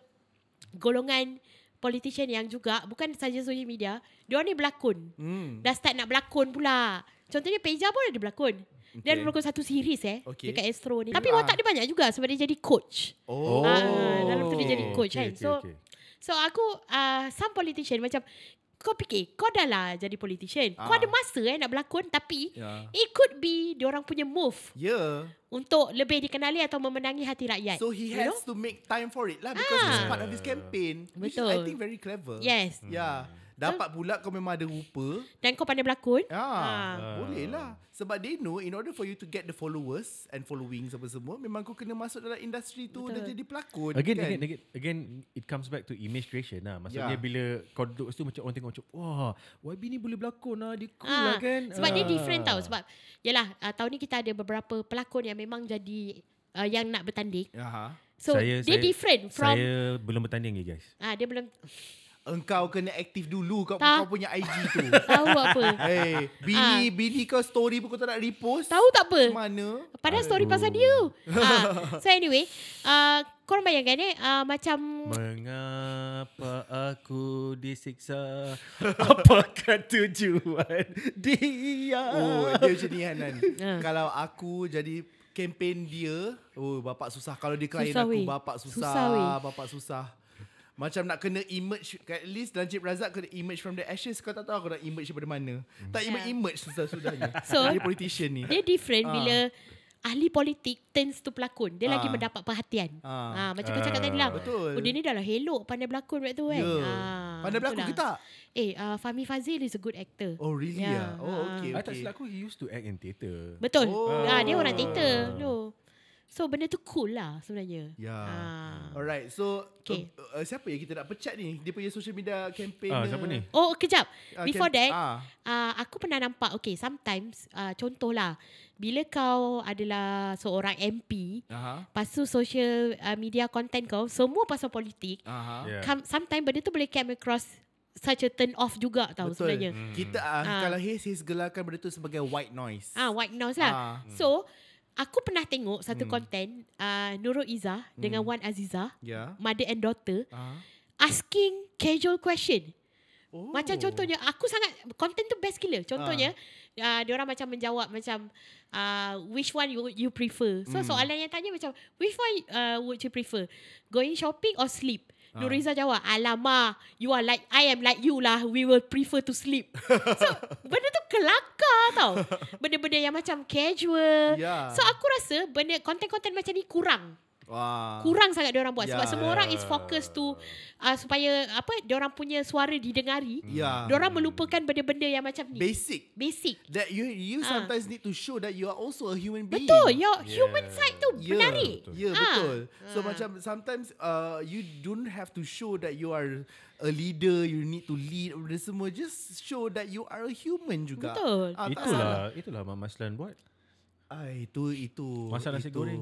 S1: golongan politician yang juga bukan saja social media, dia ni berlakon.
S2: Hmm.
S1: Dah start nak berlakon pula. Contohnya Peja pun ada berlakon. Dia ada
S2: Okay.
S1: berlakon satu series eh
S2: Okay.
S1: okay. dekat Astro ni. Tapi
S2: Ah.
S1: watak dia banyak juga sebab dia jadi coach.
S2: Oh.
S1: Ah, dalam tu dia jadi coach
S3: okay,
S1: kan. So,
S3: okay, okay.
S1: So aku uh, some politician macam kau fikir kau dah lah jadi politician. Kau
S2: Ah.
S1: ada masa eh nak berlakon tapi
S2: Ya.
S1: it could be dia orang punya move
S2: Yeah.
S1: untuk lebih dikenali atau memenangi hati rakyat.
S2: So he
S1: You
S2: has
S1: know?
S2: to make time for it lah because ah. it's part of his campaign. Which is, I
S1: Betul.
S2: think very clever.
S1: Yes.
S2: Yeah. Dapat pula kau memang ada rupa.
S1: Dan kau pandai berlakon.
S2: Ah,
S1: Ah.
S2: boleh lah. Sebab they know in order for you to get the followers and following apa semua, memang kau kena masuk dalam industri tu Betul. dan jadi pelakon.
S3: Again,
S2: kan?
S3: again, again, again, it comes back to image creation lah.
S2: Yeah.
S3: Maksudnya yeah. bila kau duduk situ macam orang tengok macam, wah, YB ni boleh berlakon lah. Dia cool
S1: Ah,
S3: lah kan.
S1: Sebab dia
S3: Ah.
S1: different tau Sebab Yalah uh, Tahun ni kita ada beberapa pelakon Yang memang jadi uh, Yang nak bertanding
S2: Aha.
S1: So saya, dia saya, different From saya,
S3: Saya belum bertanding lagi guys.
S1: uh, Dia belum
S2: Engkau kena aktif dulu kau,
S1: Tak.
S2: kau punya IG tu.
S1: tahu (laughs) apa
S2: (laughs)
S1: Ah.
S2: hey, bini, bini kau story pun kau tak nak repost.
S1: Tahu tak apa
S2: Mana?
S1: Padahal story pasal dia
S2: (laughs)
S1: uh, So anyway uh, Korang bayangkan eh uh, Macam
S3: Mengapa aku disiksa? (laughs) Apakah tujuan dia?
S1: (laughs)
S2: Oh, dia macam ni Hanan.
S1: Ah.
S2: Kalau aku jadi kempen dia, oh bapak susah. Kalau dia klien
S1: Susah,
S2: aku,
S1: weh.
S2: bapak susah,
S1: Susah, weh.
S2: bapak susah. Macam nak kena emerge At least Najib Razak kena emerge from the ashes Kau tak tahu aku nak emerge daripada mana Tak emerge-emerge susah-susahnya
S1: Ya. (laughs) So,
S2: Jadi politician ni
S1: Dia different
S2: Ah.
S1: Bila Ahli politik Turns to pelakon Dia lagi
S2: Ah.
S1: mendapat perhatian
S2: Ah.
S1: Ah, Macam kau cakap tadi lah
S2: Betul.
S1: Oh dia ni dah lah helok Pandai berlakon waktu tu kan
S2: Ya.
S1: Ah,
S2: Pandai
S1: betul
S2: berlaku
S1: lah.
S2: ke tak?
S1: Eh uh, Fahmi Fazil is a good actor
S2: Oh really yeah.
S1: Ya.
S2: Oh
S1: Ah.
S2: okay,
S3: I tak
S2: okay.
S3: silap aku, he used to act in theatre.
S1: Betul. Oh.
S2: Oh.
S1: Ah, dia orang teater. No. So benda tu cool lah sebenarnya.
S2: Ya.
S1: Ah.
S2: Alright so
S1: Okay.
S2: uh, uh, Siapa yang kita nak pecat ni? Dia punya social media campaign
S3: Ah, siapa ni?
S1: Oh, kejap.
S2: Ah,
S1: Before that,
S2: camp- ah.
S1: uh, aku pernah nampak, okay, sometimes, uh, contohlah, bila kau adalah seorang MP,
S2: Aha.
S1: lepas tu social uh, media content kau, semua pasal politik,
S2: Aha.
S3: Yeah.
S1: yeah. sometimes benda tu boleh come across such a turn off juga tau Betul. sebenarnya.
S2: Hmm. Kita uh,
S1: Ah.
S2: kalau Haze Haze gelarkan benda tu sebagai white noise.
S1: Ah, white noise lah.
S2: Ah. Hmm.
S1: So, aku pernah tengok satu konten uh, Nurul Izzah dengan Wan Aziza,
S2: Ya.
S1: mother and daughter,
S2: Ah.
S1: asking casual question. Oh.
S2: Oh.
S1: Macam contohnya aku sangat content tu best gila. Contohnya uh. dia orang macam menjawab macam uh, which one you you prefer. So soalan yang tanya macam which one uh, would you prefer? Going shopping or sleep? Nuriza jawab, "Alama, you are like I am like you lah. We will prefer to sleep." so benda tu kelakar tau. Benda-benda yang macam casual.
S2: Ya.
S1: So aku rasa benda konten-konten macam ni kurang
S2: Wah.
S1: kurang sangat dia orang buat sebab
S2: Ah. Ya.
S1: semua orang is fokus tu uh, supaya apa dia orang punya suara didengari.
S2: Ya.
S1: Dia orang melupakan benda-benda yang macam ni.
S2: Basic.
S1: Basic.
S2: That you you
S1: Ah.
S2: sometimes need to show that you are also a human being.
S1: Betul, your human side tu menarik.
S2: Ya yeah,
S1: Ah.
S2: betul. So macam sometimes uh, you don't have to show that you are a leader, you need to lead benda semua. Just show that you are a human juga.
S1: Betul.
S2: Ah, tak salah.
S3: Itulah, itulah Mak Maslan buat. (laughs)
S2: Ah, itu itu.
S3: Masak nasi
S2: itu.
S3: goreng.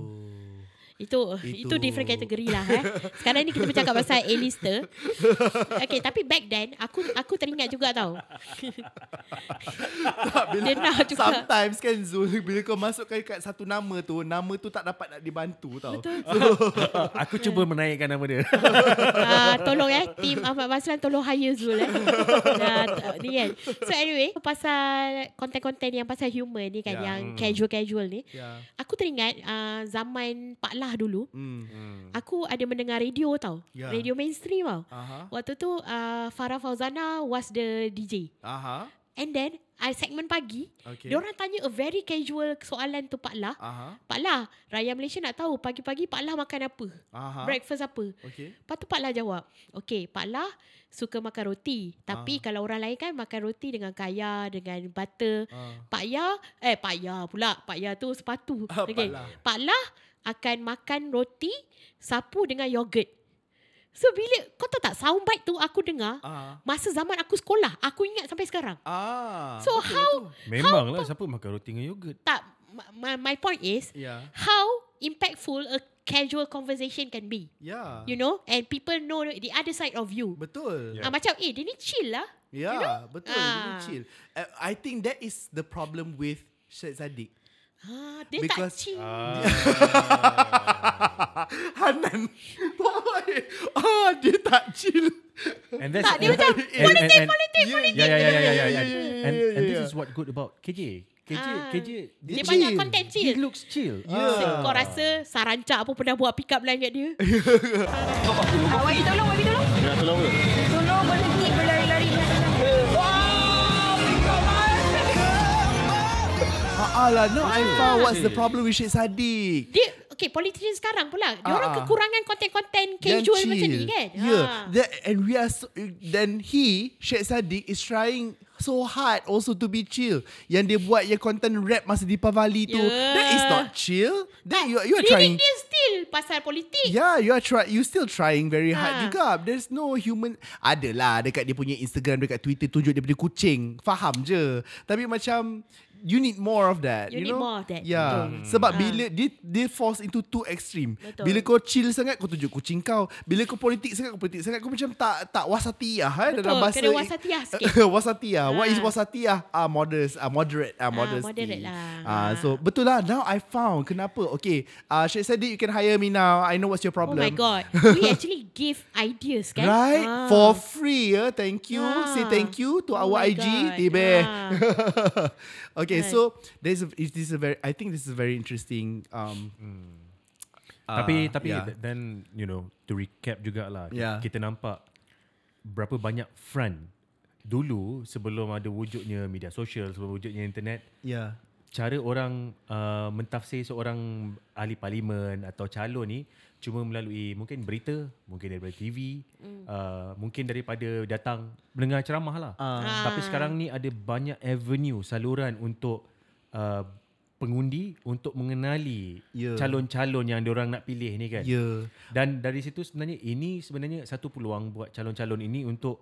S1: Itu,
S2: Itu.
S1: itu different kategori lah eh. Sekarang ni kita bercakap pasal A-lister. Okay, tapi back then aku aku teringat juga tau. Dia nak juga.
S2: Sometimes kan Zul Bila kau masukkan kat satu nama tu Nama tu tak dapat nak dibantu tau Betul
S3: aku cuba menaikkan nama dia.
S1: (laughs) Ah, tolong eh Tim Ahmad Maslan Tolong hire Zul eh nah, t- Ni kan So anyway Pasal Konten-konten yang pasal humor ni kan
S2: Ya.
S1: Yang casual-casual ni
S2: Ya.
S1: Aku teringat uh, Zaman Pak Lah dulu
S2: Hmm.
S1: Aku ada mendengar radio tau
S2: Ya.
S1: Radio mainstream tau ah,
S2: Aha.
S1: Waktu tu uh, Farah Fauzana Was the DJ
S2: Aha.
S1: And then I segmen pagi,
S2: Okay.
S1: okay. diorang tanya a very casual soalan tu Pak Lah.
S2: Aha.
S1: Pak Lah, rakyat Malaysia nak tahu pagi-pagi Pak Lah makan apa? Ha?
S2: Aha.
S1: Breakfast apa?
S2: Okay.
S1: Lepas tu Pak Lah jawab, okay Pak Lah suka makan roti. Tapi
S2: Ah.
S1: kalau orang lain kan makan roti dengan kaya, dengan butter.
S2: Ah.
S1: Pak Ya, eh Pak Ya pula. Pak Ya tu sepatu.
S2: Ah, Pak
S1: Okey.
S2: Lah.
S1: Pak Lah akan makan roti, sapu dengan yogurt. So bila, kau tahu tak soundbite tu aku dengar,
S2: Ah.
S1: masa zaman aku sekolah, aku ingat sampai sekarang.
S2: Ah.
S1: So
S2: betul,
S1: how-
S2: betul.
S3: Memanglah siapa makan roti dengan yogurt.
S1: Tak, my- my, my point is,
S2: Ya.
S1: how impactful a casual conversation can be.
S2: Ya.
S1: You know, and people know the other side of you.
S2: Betul.
S1: Ah, macam, eh, dia ni chill lah.
S2: Ya, yeah, betul. Ah. Dia
S1: Ah.
S2: chill. Uh, I think that is the problem with Syed Saddiq.
S1: Ah, dia
S2: Because-
S1: tak chill.
S2: (laughs) Hanan. Boy. Ah, dia tak chill.
S3: And that's
S1: Tak, dia macam,
S3: politik,
S2: Politik, politik.
S3: Yeah, yeah, yeah, yeah, yeah, yeah. And, and
S2: yeah.
S3: this is what good about KJ. KJ,
S1: Ah.
S3: KJ,
S1: Dia banyak content chill.
S3: He looks chill.
S1: So, kau rasa Saranca pun pernah buat pick up line kat dia?
S4: Ah, bagi tolong, bagi tolong. Nak tolong ke? Tolong berhenti berlari-lari.
S2: Ah, ah lah. No, I found what's the problem with Syed Saddiq.
S1: Dia, okay, politician sekarang pula. Dia
S2: Ah,
S1: orang
S2: ah.
S1: kekurangan konten-konten
S2: Yang Ya,
S1: casual macam ni kan?
S2: Yeah.
S1: Ah.
S2: That, and we are so, then he Syed Saddiq is trying so hard also to be chill. Yang dia buat yang content rap masa Deepavali tu.
S1: Yeah.
S2: That is not chill. That you, you are
S1: Lirik
S2: trying Ya,
S1: dia still pasal politik.
S2: Yeah, you are try you still trying very hard
S1: Ha.
S2: juga. There's no human adalah dekat dia punya Instagram dekat Twitter tunjuk daripada kucing. Faham je. Tapi macam you need more of that,
S1: You
S2: you,
S1: need
S2: know?
S1: more of that.
S2: Yeah. Hmm.
S1: Betul.
S2: Sebab
S1: Ha.
S2: bila dia dia force into two extreme.
S1: Betul.
S2: Bila kau chill sangat kau tunjuk kucing kau. Bila kau politik sangat kau politik sangat kau macam tak tak wasatiyah eh
S1: Betul,
S2: dalam bahasa.
S1: kena wasatiyah sikit.
S2: (laughs) wasatiyah. What
S1: Ha.
S2: is wasatiyah? Ah modest, ah moderate, ah modesty.
S1: moderate lah.
S2: Ah so Betul lah Now I found Kenapa Okay uh, Syed Saddiq You can hire me now I know what's your
S1: Oh
S2: problem
S1: my
S2: (laughs)
S1: god. We actually give ideas kan?
S2: Right
S1: Ah.
S2: For free eh? Thank you
S1: Ah.
S2: Say thank you To
S1: Oh
S2: our
S1: my
S2: IG
S1: God.
S2: Tiba
S1: Ah.
S2: (laughs) Okay
S1: Right.
S2: so There's a, is this a very I think this is very interesting um,
S3: Hmm.
S2: uh,
S3: Tapi tapi
S2: Ah, yeah.
S3: th- then you know to recap jugalah
S2: Yeah.
S3: yeah. kita nampak berapa banyak front dulu sebelum ada wujudnya media sosial sebelum wujudnya internet
S2: Yeah
S3: cara orang uh, mentafsir seorang ahli parlimen atau calon ni cuma melalui mungkin berita, mungkin daripada TV, mm. uh, mungkin daripada datang mendengar ceramah lah. Uh. Tapi sekarang ni ada banyak avenue, saluran untuk uh, pengundi untuk mengenali
S2: Ya.
S3: yeah. calon-calon yang diorang nak pilih ni kan.
S2: Yeah
S3: Dan dari situ sebenarnya ini sebenarnya satu peluang buat calon-calon ini untuk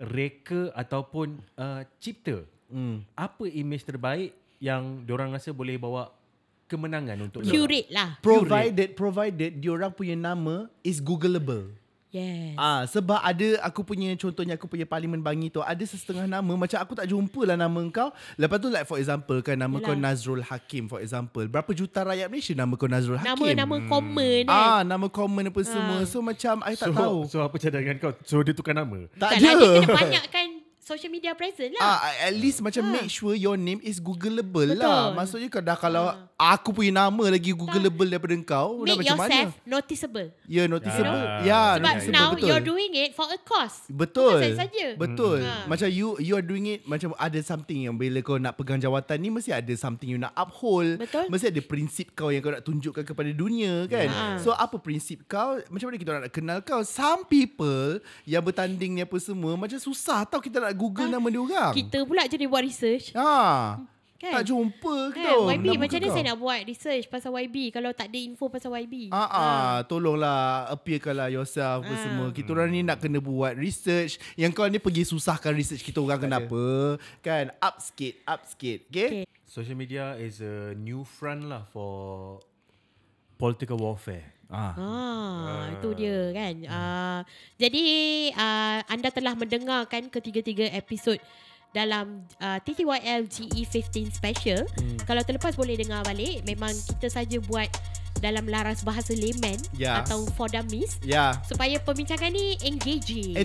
S3: reka ataupun uh, cipta mm. apa imej terbaik yang diorang rasa boleh bawa kemenangan untuk diorang.
S1: Curate lah.
S2: Provided Provided Diorang punya nama Is googleable
S1: Yes.
S2: Ah sebab ada aku punya contohnya aku punya parlimen bangi tu ada sesetengah nama macam aku tak jumpa lah nama kau. Lepas tu like for example kan nama Yalah. kau
S1: Yelah.
S2: Nazrul Hakim for example. Berapa juta rakyat Malaysia nama kau Nazrul Hakim?
S1: Nama-nama common kan?
S2: Ah nama common apa semua. So macam I tak
S3: so,
S2: tahu.
S3: so apa cadangan kau? So dia tukar nama.
S1: Kan
S2: Tak ada.
S1: lah, dia kena banyakkan social media present lah.
S2: Ah, at least macam
S1: Ah.
S2: make sure your name is googleable
S1: Betul. Ah.
S2: lah. Maksudnya kau dah kalau aku punya nama lagi googleable daripada kau, dah
S1: Make
S2: macam
S1: yourself
S2: mana?
S1: noticeable.
S2: Ya, yeah, noticeable.
S3: Ah.
S2: Ya, yeah,
S1: Sebab
S2: noticeable
S1: now
S2: betul.
S1: you're doing it for a cause.
S2: Betul.
S1: Bukan saja-saja.
S2: Betul.
S1: Hmm.
S2: Hmm. Macam you you are doing it macam ada something yang bila kau nak pegang jawatan ni mesti ada something you nak uphold.
S1: Betul.
S2: Mesti ada prinsip kau yang kau nak tunjukkan kepada dunia kan.
S1: Ya.
S2: So apa prinsip kau? Macam mana kita orang nak kenal kau? Some people yang bertanding ni apa semua macam susah tau kita nak
S1: Ah.
S2: google nama dia orang.
S1: Kita pula jadi buat research.
S2: Ha. Kan?
S1: Kan?
S2: Tak jumpa
S1: Kan,
S2: ke tau.
S1: YB
S2: nama
S1: macam mana
S2: kau.
S1: saya nak buat research pasal YB kalau tak ada info pasal YB.
S2: Ah, ah, tolonglah appearkanlah yourself
S1: Hmm.
S2: apa semua. Kita orang ni nak kena buat research. Yang kau ni pergi susahkan research kita orang kenapa? Kan up sikit, up sikit. Okay? okay.
S1: Okay.
S3: Social media is a new front lah for political warfare.
S2: Ah.
S1: Ah, itu dia kan. Ah, jadi ah, anda telah mendengarkan ketiga-tiga episod dalam uh, TTYL GE15 special. Hmm. Kalau terlepas boleh dengar balik. Memang kita saja buat dalam laras bahasa layman
S2: Ya.
S1: atau for dummies
S2: Ya.
S1: supaya perbincangan ni engaging.
S2: Eh,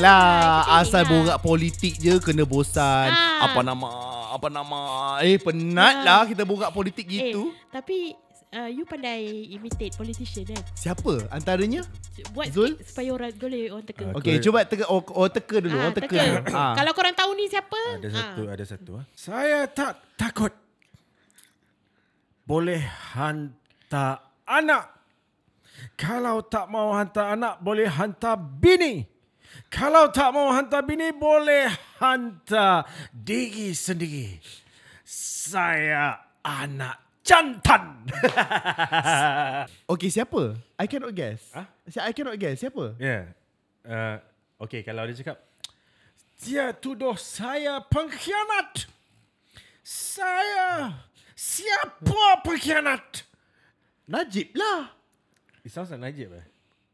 S1: Ah,
S2: lah
S1: entertaining
S2: Asal
S1: lah.
S2: borak politik je Kena bosan
S1: Ah.
S2: Apa nama Apa nama Eh penat lah Kita borak politik
S1: Eh,
S2: gitu
S1: tapi uh, you pandai imitate politician kan.
S2: Siapa antaranya?
S1: Buat
S2: Zul?
S1: Zul? sikit supaya orang boleh orang teka.
S3: Aku-
S2: Okay, cuba teka oh, oh teka dulu.
S1: Ah,
S2: oh teka. dulu. Ah.
S1: Kalau korang tahu ni siapa?
S3: Ada satu, ada satu. ah.
S5: Saya tak takut.
S3: Boleh hantar
S5: Anak. Kalau tak mau hantar anak, boleh hantar bini. Kalau tak mau hantar bini, boleh hantar diri sendiri. Saya anak jantan.
S2: Okay, siapa? I cannot guess. Huh? I cannot guess. Siapa?
S3: Ya. Yeah. Uh, okay, kalau dia cakap,
S5: Dia tuduh saya pengkhianat. Saya siapa pengkhianat?
S2: Najib lah.
S3: it sounds like Najib eh.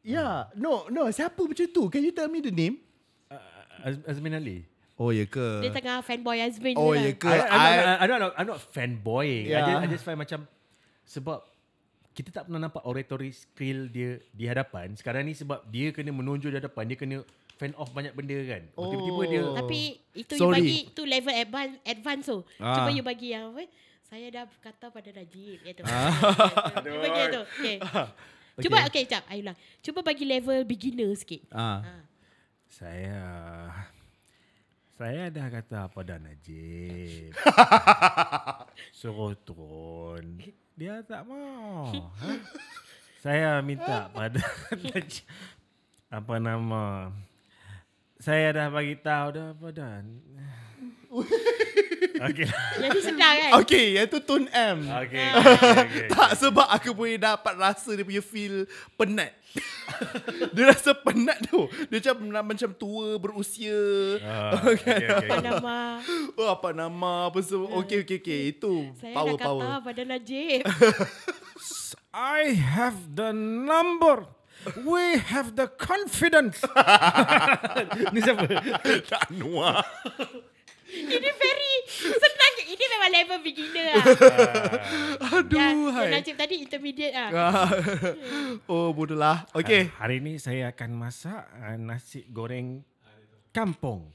S2: Ya, yeah. no, no. Siapa macam tu? Can you tell me the name?
S3: Az- Azmin Ali.
S2: Oh, ya
S1: Dia
S2: ke?
S1: tengah fanboy Azmin
S2: Oh,
S1: je lah.
S2: ya ke?
S3: I, I'm, I,
S2: I,
S3: not, I'm, not, I'm not fanboying. Yeah. I,
S2: Yeah.
S3: just, I just find macam, sebab kita tak pernah nampak oratory skill dia di hadapan. Sekarang ni sebab dia kena menonjol di hadapan, dia kena fan off banyak benda kan. Oh. Tiba-tiba dia,
S2: Oh.
S1: Tapi itu
S2: Sorry.
S1: you bagi tu level advance, advance tu.
S2: Ah.
S1: Cuba you bagi yang apa? Saya dah kata pada Najib. Ya, tu.
S2: Ah.
S1: (laughs) Cuba dia tu.
S2: (laughs)
S1: Okay. Cuba, okay, jap. I ulang. Cuba bagi level beginner sikit.
S2: ah.
S3: saya, saya dah kata pada (laughs) Najib. Suruh turun. Dia tak mau. Ha? Saya minta pada Najib. apa nama. Saya dah bagi tahu dah pada. Okey. lah.
S1: Jadi sedar
S2: (laughs)
S1: kan?
S2: Okay, yang tu Tun M. (laughs)
S3: Okey. okey, Ah, okey.
S2: Tak sebab aku boleh dapat rasa dia punya feel penat. (laughs) dia rasa penat tu. Dia macam macam tua berusia.
S3: Ah, okey, okey,
S1: Apa
S3: okey.
S1: nama?
S2: Oh, apa nama apa semua. Okey okey okey. Itu
S1: Ya. Saya
S2: power
S1: dah kata
S2: power.
S1: pada Najib. (laughs)
S5: I have the number. We have the confidence.
S3: (laughs) Ni siapa?
S2: Tak Noah.
S1: Ini very senang. je. Ini memang level beginner lah.
S2: Aduh.
S1: Yang,
S2: hai. Ah.
S1: yang Najib tadi intermediate lah.
S2: (laughs) oh, bodoh lah. Okey.
S3: Ah.
S5: Ah, Hari ni saya akan masak uh, nasi goreng kampung.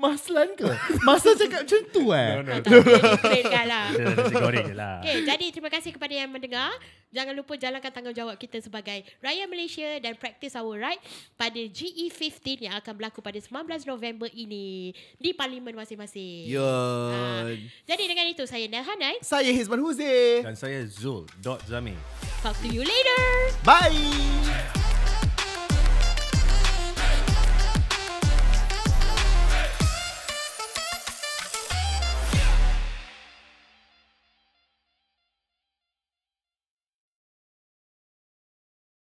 S2: Maslan ke? Maslan cakap macam tu eh?
S3: (laughs)
S1: Ah, tak boleh explain kan
S2: (laughs)
S1: lah.
S2: Ya.
S3: Dia dah Nasi goreng je lah.
S1: Okay, jadi terima kasih kepada yang mendengar. Jangan lupa jalankan tanggungjawab kita sebagai rakyat Malaysia dan practice our right pada GE15 yang akan berlaku pada 19 November ini di parlimen masing-masing.
S2: Ya.
S1: Ah, jadi dengan itu saya Nel Hanai.
S2: Saya Hizman Huzi.
S3: Dan saya Zul. Dot Zami.
S1: Talk to you later.
S2: Bye.